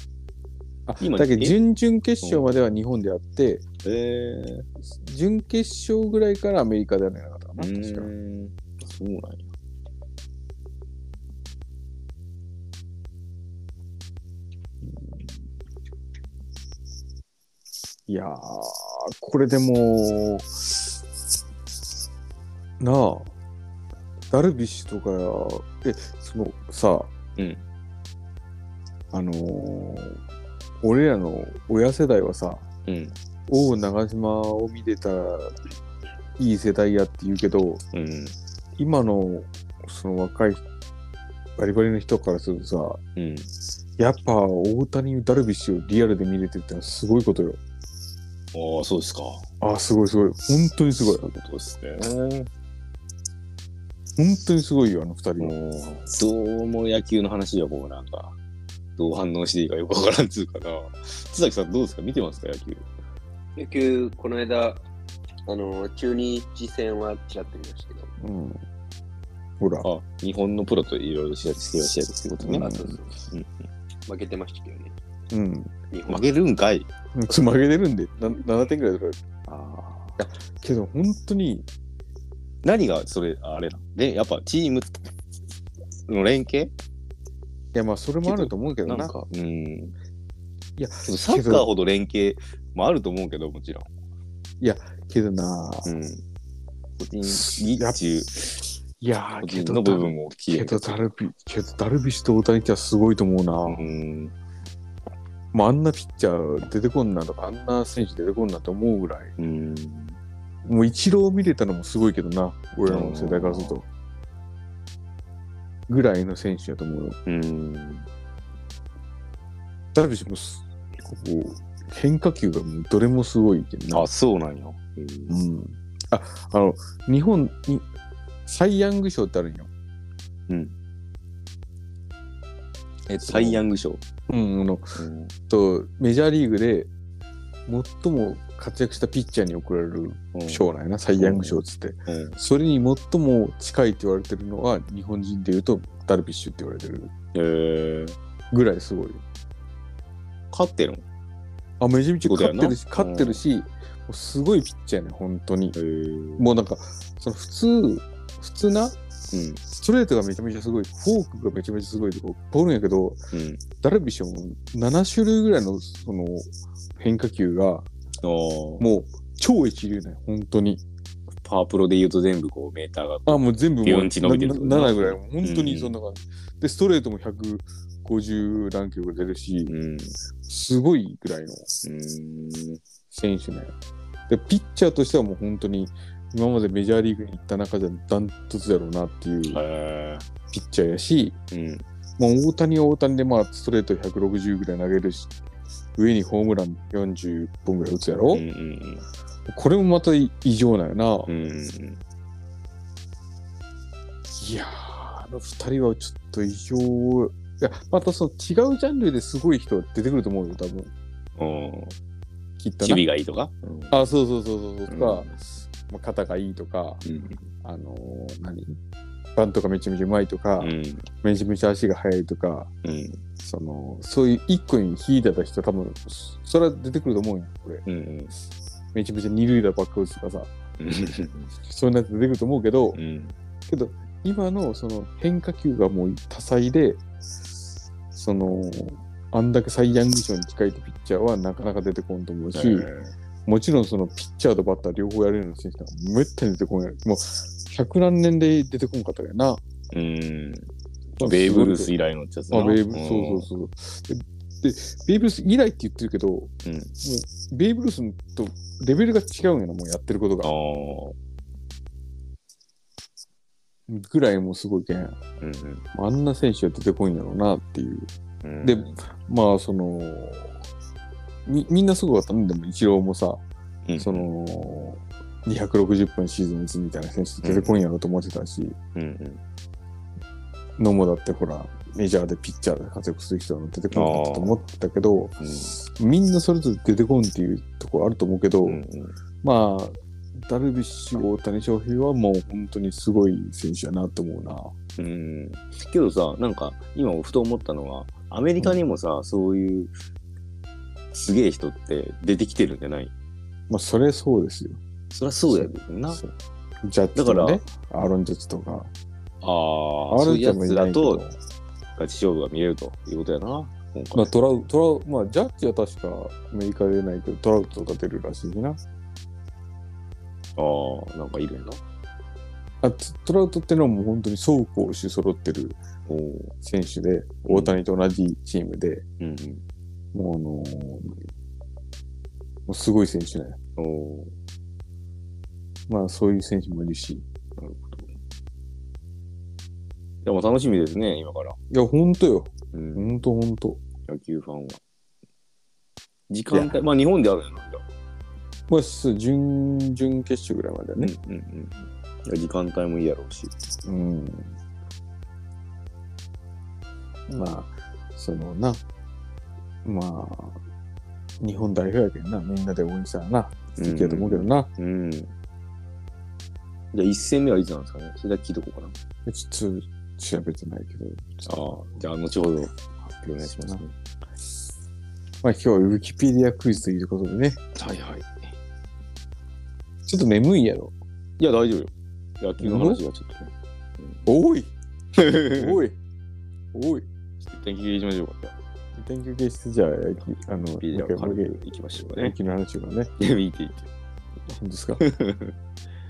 [SPEAKER 1] あ
[SPEAKER 2] 今
[SPEAKER 1] だけ
[SPEAKER 2] え
[SPEAKER 1] ど、準々決勝までは日本であって、
[SPEAKER 2] え
[SPEAKER 1] 準決勝ぐらいからアメリカではなかったかな、
[SPEAKER 2] ー、
[SPEAKER 1] 確
[SPEAKER 2] う
[SPEAKER 1] か。
[SPEAKER 2] ーんそうなんや。
[SPEAKER 1] いやー、これでも、なあ、ダルビッシュとか、え、そのさ、
[SPEAKER 2] うん
[SPEAKER 1] あのー俺らの親世代はさ、
[SPEAKER 2] うん。
[SPEAKER 1] おう、長島を見てたいい世代やって言うけど、
[SPEAKER 2] うん。
[SPEAKER 1] 今のその若いバリバリの人からするとさ、
[SPEAKER 2] うん。
[SPEAKER 1] やっぱ大谷、ダルビッシュをリアルで見れてるってのはすごいことよ。
[SPEAKER 2] ああ、そうですか。
[SPEAKER 1] あーすごいすごい。本当にすごい。
[SPEAKER 2] そういうことですね。
[SPEAKER 1] 本当にすごいよ、あの二人。
[SPEAKER 2] もう、どうも野球の話よ、こうなんか。どう反応していいかよくわからんつうかな。津崎さんどうですか見てますか野球。
[SPEAKER 3] 野球、この間、あの、中日戦はちらっと見ましたけど、
[SPEAKER 1] うん、ほら、
[SPEAKER 2] あ、日本のプロといろいろ試合してらっしゃるってことね。
[SPEAKER 3] あそうそう
[SPEAKER 2] うん
[SPEAKER 3] 負けてましたけどね。
[SPEAKER 1] うん。
[SPEAKER 3] 日本
[SPEAKER 2] 負けるんかい。
[SPEAKER 1] つまげてるんで、な7点ぐらい取られる。
[SPEAKER 2] あ
[SPEAKER 1] けど、本当に、
[SPEAKER 2] 何がそれ、あれなで、やっぱチームの連携
[SPEAKER 1] いや、まあ、それもあると思うけど
[SPEAKER 2] な
[SPEAKER 1] な。
[SPEAKER 2] んか、うん。
[SPEAKER 1] いや、
[SPEAKER 2] でもサッカーほど連携もあると思うけど、もちろん。
[SPEAKER 1] けどな、
[SPEAKER 2] うん。個人技中、
[SPEAKER 1] いや
[SPEAKER 2] 個
[SPEAKER 1] ー、け
[SPEAKER 2] 人
[SPEAKER 1] ど、
[SPEAKER 2] の部分も大きい
[SPEAKER 1] け
[SPEAKER 2] や
[SPEAKER 1] どダルビ、けど、ダルビッシュと大谷ってはすごいと思うな。
[SPEAKER 2] うん。
[SPEAKER 1] まあ、あんなピッチャー出てこんなとか、あんな選手出てこんなと思うぐらい。
[SPEAKER 2] うん。
[SPEAKER 1] もう、一郎見れたのもすごいけどな、俺らの世代からすると。ぐらいの選手だと思うよ。
[SPEAKER 2] うん。
[SPEAKER 1] ダルビッシュもす、ここ変化球がもうどれもすごいけどな。
[SPEAKER 2] あ、そうなんや。うん
[SPEAKER 1] うん、ああの日本にサイ・ヤング賞ってあるんよ。
[SPEAKER 2] えっと、サイ・ヤング賞。
[SPEAKER 1] うん、あの
[SPEAKER 2] うん
[SPEAKER 1] とメジャーリーグで最も活躍したピッチャーに贈られる賞なんやな、サイ・ヤング賞っつって、
[SPEAKER 2] うん
[SPEAKER 1] それに最も近いって言われてるのは日本人でいうとダルビッシュって言われてる
[SPEAKER 2] えー、
[SPEAKER 1] ぐらいすごい。
[SPEAKER 2] 勝ってるの
[SPEAKER 1] あめちゃめちゃ
[SPEAKER 2] そうだよな
[SPEAKER 1] 勝ってるし勝ってるし、もうすごいピッチャーやね本当に
[SPEAKER 2] え。ー、
[SPEAKER 1] もうなんかその普通普通な
[SPEAKER 2] うん。
[SPEAKER 1] ストレートがめちゃめちゃすごいフォークがめちゃめちゃすごいとかボールやけど
[SPEAKER 2] うん。
[SPEAKER 1] ダルビッシュも7種類ぐらいのその変化球が
[SPEAKER 2] あー
[SPEAKER 1] もう超一流ね、本当に。
[SPEAKER 2] パワープロで言うと全部こうメーターが。
[SPEAKER 1] あ、もう全部
[SPEAKER 2] ビ
[SPEAKER 1] も
[SPEAKER 2] ヨ
[SPEAKER 1] う
[SPEAKER 2] ンチ伸びてるってことね
[SPEAKER 1] 7ぐらい、本当にそんな感じ。で、ストレートも150何キロが出るし
[SPEAKER 2] う、ん。
[SPEAKER 1] すごいぐらいの
[SPEAKER 2] うん。
[SPEAKER 1] 選手ね。で、ピッチャーとしてはもう本当に今までメジャーリーグに行った中じゃダントツだろうなっていう
[SPEAKER 2] え
[SPEAKER 1] ピッチャーやし、
[SPEAKER 2] ー、うん。
[SPEAKER 1] まあ、大谷は大谷でまあストレート160ぐらい投げるし、上にホームラン40本ぐらい打つや
[SPEAKER 2] う
[SPEAKER 1] ろ、
[SPEAKER 2] んうん
[SPEAKER 1] これもまた異常なんやな。
[SPEAKER 2] うん。うんうん
[SPEAKER 1] いやー、あの二人はちょっと異常。いや、またその違うジャンルですごい人出てくると思うよ、多分。
[SPEAKER 2] うん。
[SPEAKER 1] きっ
[SPEAKER 2] 守
[SPEAKER 1] とな
[SPEAKER 2] 備がいいとか。うん
[SPEAKER 1] あ、そうそうそうそうそう。とか、
[SPEAKER 2] うん
[SPEAKER 1] まあ、肩がいいとか、
[SPEAKER 2] うん。
[SPEAKER 1] あのー何バントがめちゃめちゃうまいとか、
[SPEAKER 2] うん。
[SPEAKER 1] めちゃめちゃ足が速いとか、
[SPEAKER 2] うん。
[SPEAKER 1] その、そういう一個に引いてた人、多分、それは出てくると思うよ、これ。
[SPEAKER 2] うん。
[SPEAKER 1] めちゃめちゃ二塁打ばっか打つとかさ、
[SPEAKER 2] うん
[SPEAKER 1] そういうのやつ出てくると思うけど、
[SPEAKER 2] うん。
[SPEAKER 1] けど今のその変化球がもう多彩でそのあんだけサイ・ヤング賞に近いピッチャーはなかなか出てこんと思うし、もちろんそのピッチャーとバッター両方やれるような選手はめったに出てこんやろもう100何年で出てこんかったからな
[SPEAKER 2] うん。ベーブ・ルース以来のやつ
[SPEAKER 1] あ
[SPEAKER 2] な
[SPEAKER 1] ベーブそうそうそうででベーブ・ルース以来って言ってるけども
[SPEAKER 2] うん。うん
[SPEAKER 1] うベーブ・ルースとレベルが違うんやなもうやってること
[SPEAKER 2] あ
[SPEAKER 1] が
[SPEAKER 2] ー
[SPEAKER 1] ぐらいもうすごいけん
[SPEAKER 2] うん
[SPEAKER 1] あんな選手は出てこんやろうなっていう
[SPEAKER 2] うん。
[SPEAKER 1] で
[SPEAKER 2] うん
[SPEAKER 1] まあそのみみんなすごかったねでもイチローもさ、そ、の260分シーズン打つみたいな選手出てこんやろと思ってたし、
[SPEAKER 2] うんうん。
[SPEAKER 1] 野茂だってほらメジャーでピッチャーで活躍する人は出てこんかったと思ってたけどみんなそれぞれ出てこんっていうところあると思うけど、
[SPEAKER 2] うんうん
[SPEAKER 1] まあダルビッシュ大谷翔平はもう本当にすごい選手やなと思うな。
[SPEAKER 2] うん。けどさ、なんか、今、ふと思ったのは、アメリカにもさ、そういう、すげえ人って出てきてるんじゃない
[SPEAKER 1] まあそれそうですよ。
[SPEAKER 2] そりゃそうやでな。
[SPEAKER 1] そうジャッジとか
[SPEAKER 2] だ
[SPEAKER 1] ね、アーロン・ジャッジとか、
[SPEAKER 2] ああ、
[SPEAKER 1] アー
[SPEAKER 2] そ
[SPEAKER 1] ロ
[SPEAKER 2] う
[SPEAKER 1] ン・
[SPEAKER 2] いう
[SPEAKER 1] ジャ
[SPEAKER 2] や
[SPEAKER 1] ッジも
[SPEAKER 2] つ
[SPEAKER 1] いない
[SPEAKER 2] だ
[SPEAKER 1] けど
[SPEAKER 2] と、ガチ勝負が見れるということやな。今回。
[SPEAKER 5] まあ、トラウト、ラウ、まあ、ジャッジは確かアメリカ出ないけど、トラウトが出るらしいしな。
[SPEAKER 2] ああ、なんかいるんだ。
[SPEAKER 5] あトトラウトってのはもう本当に走攻守揃ってる
[SPEAKER 2] おー
[SPEAKER 5] 選手で、大谷と同じチームで、
[SPEAKER 2] うん
[SPEAKER 5] もうあのーもうすごい選手だよ。
[SPEAKER 2] うん。おー
[SPEAKER 5] まあ、そういう選手もいるし。
[SPEAKER 2] なるほど。でも楽しみですね、今から。
[SPEAKER 5] いや、本当よ。
[SPEAKER 2] うん。
[SPEAKER 5] 本当本当。
[SPEAKER 2] 野球ファンは。時間帯、まあ日本であるんだ。
[SPEAKER 5] まあ、そう準々決勝ぐらいまでね。
[SPEAKER 2] うんうんうん。いや時間帯もいいやろうし。
[SPEAKER 5] うん。まあ、そのな、まあ、日本代表やけどな、みんなで応援したらな、いいけど思うけどな、
[SPEAKER 2] うん。じゃあ1戦目はいつなんですかねそれだけ聞いとこうかな。
[SPEAKER 5] ちょっと調べてないけど、
[SPEAKER 2] ああ、じゃあ後ほど発表お願いしますね。
[SPEAKER 5] まあ今日はウィキペディアクイズということでね、
[SPEAKER 2] はいはい。
[SPEAKER 5] ちょっと眠いやろ。
[SPEAKER 2] いや、大丈夫よ。野球の話はちょっとね。
[SPEAKER 5] おい
[SPEAKER 2] い。
[SPEAKER 5] おいおい
[SPEAKER 2] 天気切りしましょうか。じゃあ
[SPEAKER 5] 天気形質じゃあ、野球あの、
[SPEAKER 2] ビデオ
[SPEAKER 5] もう一回も
[SPEAKER 2] 軽
[SPEAKER 5] う一
[SPEAKER 2] くいきましょうか
[SPEAKER 5] 回野
[SPEAKER 2] ね。
[SPEAKER 5] 球の話がね、
[SPEAKER 2] いや、見ていて。
[SPEAKER 5] 本当 ですか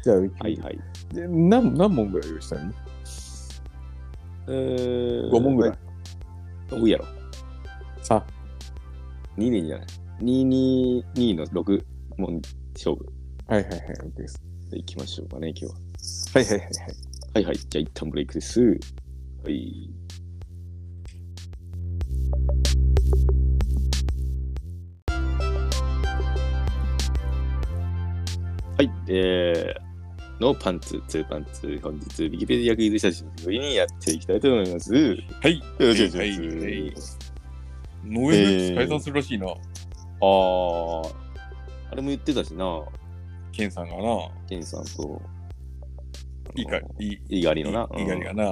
[SPEAKER 5] じゃあ、ウィキペ
[SPEAKER 2] は
[SPEAKER 5] デ
[SPEAKER 2] い
[SPEAKER 5] ィア
[SPEAKER 2] はい。
[SPEAKER 5] で何何問ぐらい用意したの
[SPEAKER 2] えー
[SPEAKER 5] ?5 問ぐらい。
[SPEAKER 2] 多いやろ。
[SPEAKER 5] さ
[SPEAKER 2] 2でいいんじゃない ?222 の6問勝負
[SPEAKER 5] あ、はいはいはい、OK です。
[SPEAKER 2] でいきましょうかね、今日は。
[SPEAKER 5] はいはいはいはい。
[SPEAKER 2] はいはい。じゃあ一旦ブレイクです。はい。はい。えー、のパンツ、ツーパンツ、本日、ウィキペディアクイズ写真のよにやっていきたいと思います。よ
[SPEAKER 1] はい。
[SPEAKER 2] ろしくお願い
[SPEAKER 1] は
[SPEAKER 2] し
[SPEAKER 1] い
[SPEAKER 2] ます。
[SPEAKER 1] 農園解散するらしいな、
[SPEAKER 2] ああ、あれも言ってたしな、
[SPEAKER 1] ケンさんがな。
[SPEAKER 2] ケンさんと。
[SPEAKER 1] いいか、いい。
[SPEAKER 2] いがりのな。
[SPEAKER 1] いいがりがな。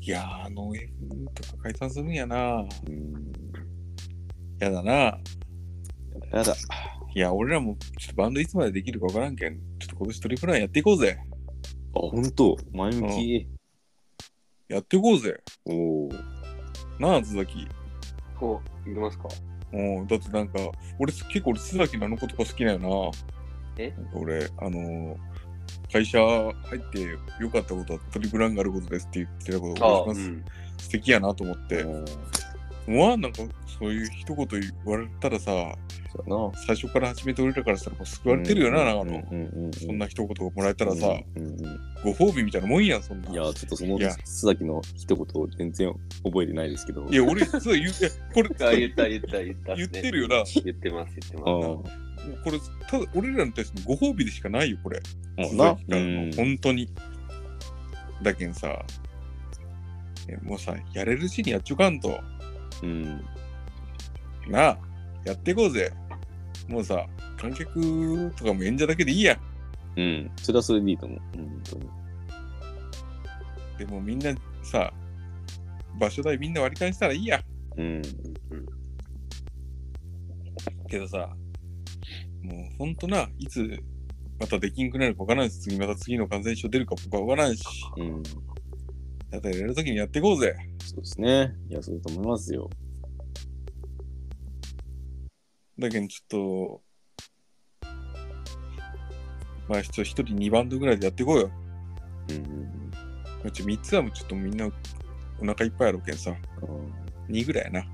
[SPEAKER 1] いやー、農園とか解散するんやな。
[SPEAKER 2] うん。
[SPEAKER 1] やだな。
[SPEAKER 2] やだ。
[SPEAKER 1] いや、俺らもちょっとバンドいつまでできるかわからんけん、ちょっと今年トリプランやっていこうぜ。
[SPEAKER 2] あ、ほんと、前向き。
[SPEAKER 1] やっていこうぜ。
[SPEAKER 2] おお。
[SPEAKER 1] なあ、津崎。
[SPEAKER 3] こう、いきますか
[SPEAKER 1] うん、だってなんか、俺す結構俺須崎菜の子とか好きなんよな。
[SPEAKER 3] え
[SPEAKER 1] 俺、あのー会社入ってよかったことはトリプランがあることですって言ってたことを思いし
[SPEAKER 3] ん。
[SPEAKER 1] ます。素敵やなと思って。
[SPEAKER 2] うん
[SPEAKER 1] もうなんかそういう一言言われたらさ、
[SPEAKER 2] そうやな。
[SPEAKER 1] 最初から始めて俺らからしたらもう救われてるよな、
[SPEAKER 2] うんう
[SPEAKER 1] 長野。
[SPEAKER 2] んうんうん、
[SPEAKER 1] そんな一言をもらえたらさ、
[SPEAKER 2] うんうんうん
[SPEAKER 1] ご褒美みたいなもんやん、そんな。
[SPEAKER 2] いや、ちょっとその
[SPEAKER 1] いや
[SPEAKER 2] 須崎の一言を全然覚えてないですけど。
[SPEAKER 1] いや、俺、そう言う、いやこれ、
[SPEAKER 3] あ、言った、言った、言った、
[SPEAKER 1] 言ってるよな。
[SPEAKER 3] 言ってます、言って
[SPEAKER 2] ああ
[SPEAKER 3] ま
[SPEAKER 1] これ、ただ、俺らに対してのご褒美でしかないよ、これ。
[SPEAKER 2] もう
[SPEAKER 1] 鈴木か
[SPEAKER 2] な。
[SPEAKER 1] ら
[SPEAKER 2] うん
[SPEAKER 1] の本当に。だけんさ、えもうさ、やれるうちにやっちょかんと。
[SPEAKER 2] うん。
[SPEAKER 1] なあ、やっていこうぜ。もうさ、観客とかも演者だけでいいやん。
[SPEAKER 2] うん。それはそれでいいと思う。うん、本当に。
[SPEAKER 1] でもみんなさ、場所代みんな割り勘したらいいや。
[SPEAKER 2] うん。
[SPEAKER 1] けどさ、もうほんとな、いつまたできんくなるかわからんし、次また次の感染症出るか僕はわからんし、
[SPEAKER 2] うん。
[SPEAKER 1] だってやるときにやっていこうぜ。
[SPEAKER 2] そうですね。いや、そうだと思いますよ。
[SPEAKER 1] だけどちょっと、まあ一人2バンドぐらいでやっていこうよ。
[SPEAKER 2] うんうん
[SPEAKER 1] うち3つはもうちょっとみんなお腹いっぱいやろうけんさ、
[SPEAKER 2] うん。あ
[SPEAKER 1] 2ぐらいやな。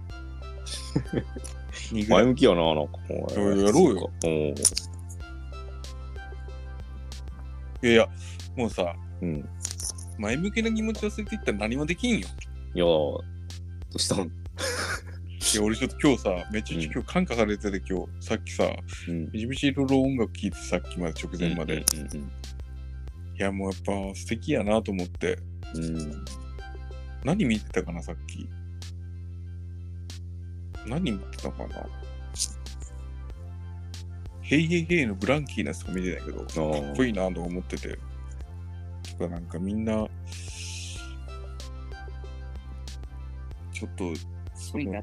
[SPEAKER 1] 2
[SPEAKER 2] ー
[SPEAKER 1] ぐら
[SPEAKER 2] 前
[SPEAKER 1] い。
[SPEAKER 2] 向きやな、なんか。おい
[SPEAKER 1] いややろうよ。
[SPEAKER 2] おー
[SPEAKER 1] いやいや、もうさ、
[SPEAKER 2] うん。
[SPEAKER 1] 前向きな気持ち忘れていったら何もできんよ。
[SPEAKER 2] いやー、どうしたの
[SPEAKER 1] いや俺ちょっと今日さ、めちゃくちゃ今日感化されてて今日、さっきさ、
[SPEAKER 2] うん
[SPEAKER 1] めちゃめちゃいろいろ音楽聴いてさっきまで直前まで、いやもうやっぱ素敵やなと思って
[SPEAKER 2] うんうんうん
[SPEAKER 1] 何見てたかなさっき何見てたかなヘイヘイヘイのブランキーなやつとか見てたけどかっこいいなと思っててとかなんかみんなちょっとその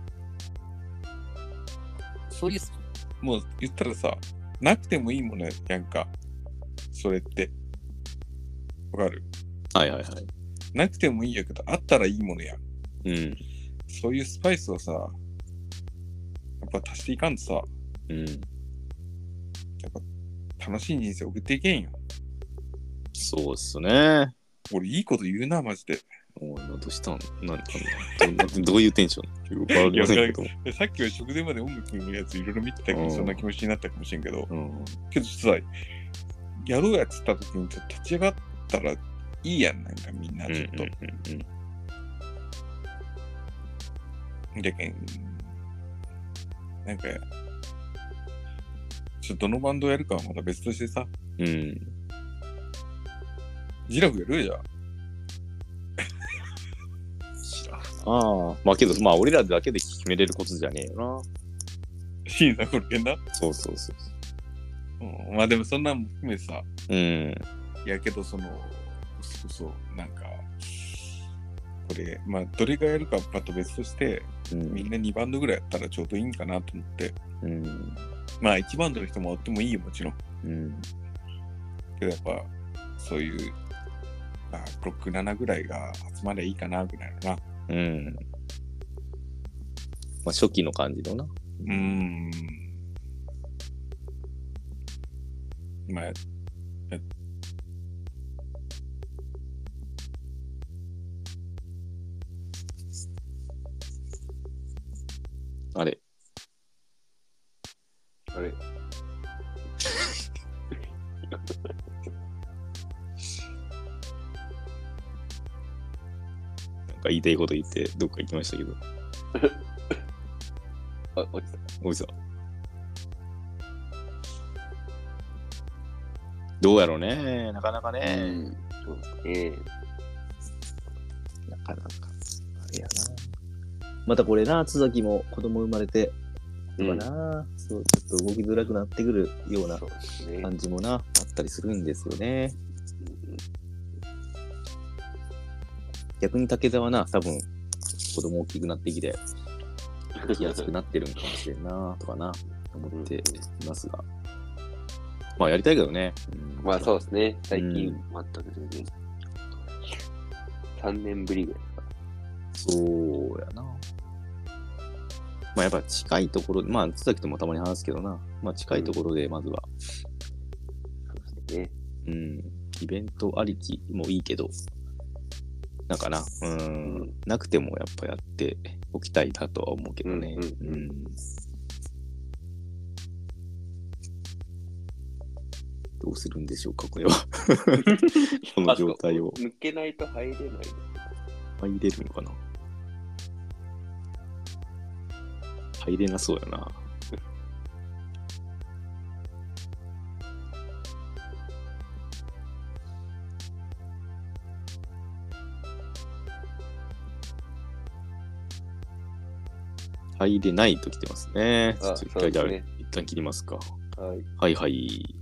[SPEAKER 3] そういう、
[SPEAKER 1] もう言ったらさ、なくてもいいものやんか。それって。わかる
[SPEAKER 2] はいはいは
[SPEAKER 1] なくてもいいやけど、あったらいいものやん。
[SPEAKER 2] い。うん。
[SPEAKER 1] そういうスパイスをさ、やっぱ足していかんとさ、
[SPEAKER 2] うん。
[SPEAKER 1] 楽しい人生送っていけんよ。
[SPEAKER 2] そうっすね。
[SPEAKER 1] 俺、いいこと言うな、マジで。
[SPEAKER 2] おいどうしたんなんどんなどういうテンションよくわかりませんけど。
[SPEAKER 1] でさっきは直前まで音楽のやついろいろ見てたけ
[SPEAKER 2] う
[SPEAKER 1] ど、
[SPEAKER 2] ん
[SPEAKER 1] そんな気持ちになったかもしれんけど、
[SPEAKER 2] うん。
[SPEAKER 1] けどさ、やろうやっつった時にちょっと立ち上がったらいいやん、なんかみんな
[SPEAKER 2] うん
[SPEAKER 1] ちょっと。
[SPEAKER 2] うん
[SPEAKER 1] だけん、なんか、ちょっとどのバンドやるかはまた別としてさ、
[SPEAKER 2] うんうん。
[SPEAKER 1] ジラフやるじゃん。
[SPEAKER 2] ああ。まあけど、まあ俺らだけで決めれることじゃねえよ
[SPEAKER 1] シーンさんこれけんだ。
[SPEAKER 2] な。そうそうそうそ
[SPEAKER 1] うん、まあでもそんなんも含めてさ、
[SPEAKER 2] う。うん。
[SPEAKER 1] いやけどその、そうそう、なんか、これ、まあどれがやるかはまた別として、
[SPEAKER 2] うん
[SPEAKER 1] みんな2バンドぐらいやったらちょうどいいんかなと思って、
[SPEAKER 2] うん。
[SPEAKER 1] まあ1バンドの人もおってもいいよ、もちろん。
[SPEAKER 2] うん。
[SPEAKER 1] けどやっぱ、そういう、まあ、6、7ぐらいが集まりゃいいかな、ぐらいのな。
[SPEAKER 2] うん。まあ初期の感じだな。
[SPEAKER 1] うーん。まあ、や
[SPEAKER 2] あれ。
[SPEAKER 3] あれ
[SPEAKER 2] なんか言いたいこと言ってどっか行きましたけど。
[SPEAKER 3] あ、落ちた。
[SPEAKER 2] おいさん。どうやろうね。なかなか
[SPEAKER 3] う
[SPEAKER 2] ね。
[SPEAKER 3] ん。そうですね。
[SPEAKER 2] なかなか。あれやな。またこれな、津崎も子供生まれて、とかな、そう、ちょっと動きづらくなってくるような
[SPEAKER 3] そうですね。
[SPEAKER 2] 感じもな、あったりするんですよね。逆に竹澤な、多分、子供大きくなってきて、
[SPEAKER 3] うん
[SPEAKER 2] 来やすくなってるんかもしれんな、とかな、思っていますが。まあ、やりたいけどね。うん
[SPEAKER 3] まあそうですね。最近
[SPEAKER 2] うん、
[SPEAKER 3] 全く全然。3年ぶりぐらいか。
[SPEAKER 2] そうやな。まあやっぱ近いところ、まあ津崎ともたまに話すけどな、まあ近いところでまずは、
[SPEAKER 3] そうですね。
[SPEAKER 2] うん、イベントありきもいいけど、なんかな、うん、
[SPEAKER 3] うん
[SPEAKER 2] なくてもやっぱやっておきたいなとは思うけどね。う
[SPEAKER 3] う
[SPEAKER 2] んん
[SPEAKER 3] うんうん
[SPEAKER 2] どうするんでしょうか、 これは。この状態を
[SPEAKER 3] あ。そう抜けないと入れない。
[SPEAKER 2] 入れるのかな入れなそうやな。入れないときてますね。
[SPEAKER 3] あ
[SPEAKER 2] ちょっと一回じゃあ、
[SPEAKER 3] そうです
[SPEAKER 2] 一旦切りますか。
[SPEAKER 3] はい。
[SPEAKER 2] はいはい。